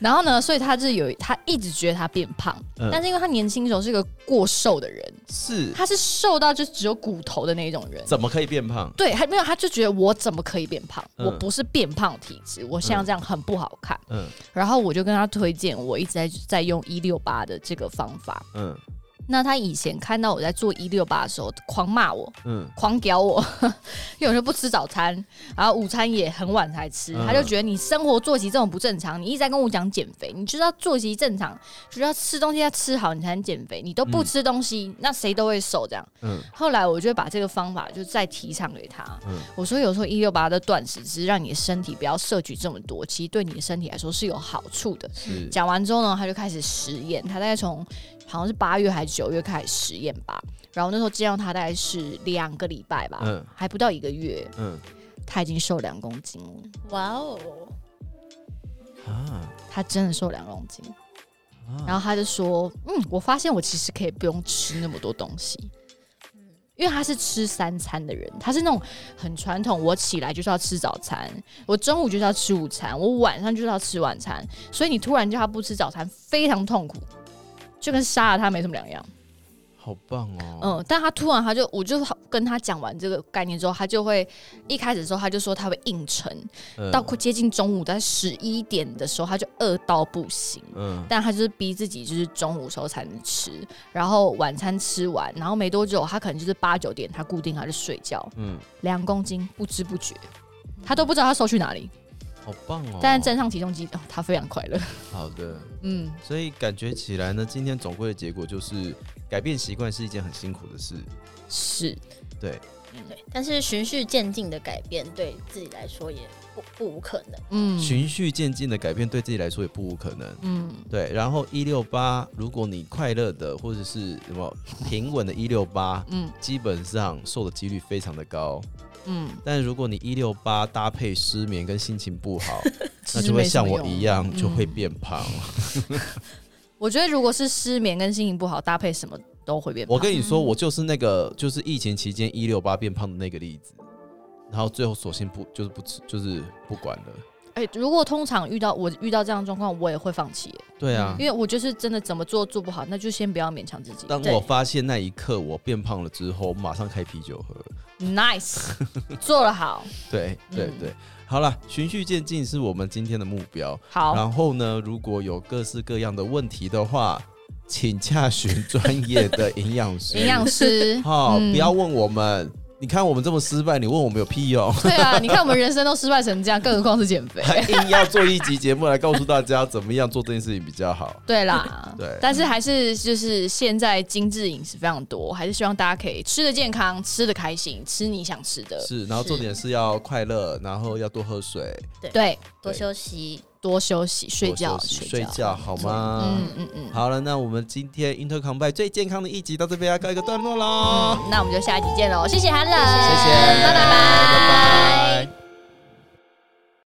Speaker 1: 然后呢，所以她就是有她一直觉得她变胖，
Speaker 2: 嗯
Speaker 1: 但是因为她年轻的时候是个过瘦的人，
Speaker 2: 是，
Speaker 1: 她是瘦到就只有骨头的那种人。
Speaker 2: 怎么可以变胖？
Speaker 1: 对，还没有，她就觉得我怎么可以变胖？
Speaker 2: 嗯
Speaker 1: 我不是变胖体质，我现在这样很不好看。
Speaker 2: 嗯
Speaker 1: 然后我就跟她推荐，我一直在在用一六八的这个方法。
Speaker 2: 嗯
Speaker 1: 那他以前看到我在做一六八的时候，狂骂我，
Speaker 2: 嗯，
Speaker 1: 狂屌我， 因为我就不吃早餐，然后午餐也很晚才吃。
Speaker 2: 嗯
Speaker 1: 他就觉得你生活作息这种不正常，你一直在跟我讲减肥，你就是要作息正常，就是要吃东西要吃好，你才能减肥。你都不吃东西，那谁都会瘦这样。
Speaker 2: 嗯
Speaker 1: 后来我就把这个方法就再提倡给他，
Speaker 2: 嗯
Speaker 1: 我说有时候一六八的断食只是让你的身体不要摄取这么多，其实对你的身体来说是有好处的。
Speaker 2: 是，
Speaker 1: 讲完之后呢，他就开始实验，他大概从好像是八月还是九月开始实验吧。然后那时候见到他大概是两个礼拜吧，
Speaker 2: 嗯
Speaker 1: 还不到一个月，
Speaker 2: 嗯
Speaker 1: 他已经瘦两公斤了。
Speaker 3: 哇哦，
Speaker 2: 啊，
Speaker 1: 他真的瘦两公斤，然后他就说：“嗯，我发现我其实可以不用吃那么多东西。”因为他是吃三餐的人，他是那种很传统。我起来就是要吃早餐，我中午就是要吃午餐，我晚上就是要吃晚餐。所以你突然叫他不吃早餐，非常痛苦，就跟杀了他没什么两样。
Speaker 2: 好棒哦。
Speaker 1: 嗯，但他突然他就，我就跟他讲完这个概念之后，他就会一开始的时候他就说他会硬撑，
Speaker 2: 嗯
Speaker 1: 到快接近中午，在十一点的时候他就饿到不行。
Speaker 2: 嗯
Speaker 1: 但他就是逼自己，就是中午时候才能吃，然后晚餐吃完，然后没多久，他可能就是八九点，他固定他就睡觉，
Speaker 2: 嗯，
Speaker 1: 两公斤不知不觉，他都不知道他瘦去哪里，
Speaker 2: 好棒哦。
Speaker 1: 但是站上体重机，哦、他非常快乐，
Speaker 2: 好的，
Speaker 1: 嗯，
Speaker 2: 所以感觉起来呢，今天总归的结果就是改变习惯是一件很辛苦的事。
Speaker 1: 是，
Speaker 2: 对，
Speaker 3: 对，但是循序渐进的改变，对自己来说也不不无可能。
Speaker 1: 嗯
Speaker 2: 循序渐进的改变对自己来说也不无可能。
Speaker 1: 嗯，
Speaker 2: 对，然后一六八，如果你快乐的或者是什么平稳的一六八，
Speaker 1: 嗯
Speaker 2: 基本上瘦的几率非常的高。
Speaker 1: 嗯，
Speaker 2: 但如果你一六八搭配失眠跟心情不好，
Speaker 1: 其
Speaker 2: 那
Speaker 1: 实
Speaker 2: 就会
Speaker 1: 没什
Speaker 2: 像
Speaker 1: 么
Speaker 2: 我
Speaker 1: 用
Speaker 2: 一样就会。
Speaker 1: 嗯
Speaker 2: 变胖。
Speaker 1: 我觉得如果是失眠跟心情不好搭配，什么都会变胖。
Speaker 2: 我跟你说，我就是那个就是疫情期间一六八变胖的那个例子，然后最后索性不就是不吃就是不管了。
Speaker 1: 哎、如果通常遇到我遇到这样的状况，我也会放弃耶，
Speaker 2: 对啊，
Speaker 1: 因为我就是真的怎么做做不好，那就先不要勉强自己。
Speaker 2: 当我发现那一刻我变胖了之后，马上开啤酒喝。
Speaker 1: Nice，做得好，
Speaker 2: 对对
Speaker 1: 嗯
Speaker 2: 对，好了，循序渐进是我们今天的目标。
Speaker 1: 好，
Speaker 2: 然后呢，如果有各式各样的问题的话，请洽询专业的营养 师。，
Speaker 1: 营养师
Speaker 2: 好、
Speaker 1: 嗯
Speaker 2: 不要问我们。你看我们这么失败，你问我们有屁用？
Speaker 1: 对啊，你看我们人生都失败成这样，更何况是减肥。
Speaker 2: 还硬要做一集节目来告诉大家怎么样做这件事情比较好。
Speaker 1: 对啦，
Speaker 2: 对
Speaker 1: 但是还是就是现在精致饮食非常多，还是希望大家可以吃的健康，吃的开心，吃你想吃的，
Speaker 2: 是，然后重点是要快乐，然后要多喝水，
Speaker 1: 对，
Speaker 3: 多休息，
Speaker 1: 多休息，睡
Speaker 2: 多
Speaker 1: 觉，
Speaker 2: 休息睡觉，好吗？
Speaker 1: 嗯嗯嗯，
Speaker 2: 好了，那我们今天 Inter c o m b i 最健康的一集到这边要告一个段落喽。
Speaker 1: 嗯，那我们就下集见喽，谢谢韩冷，
Speaker 2: 谢谢
Speaker 1: 拜拜。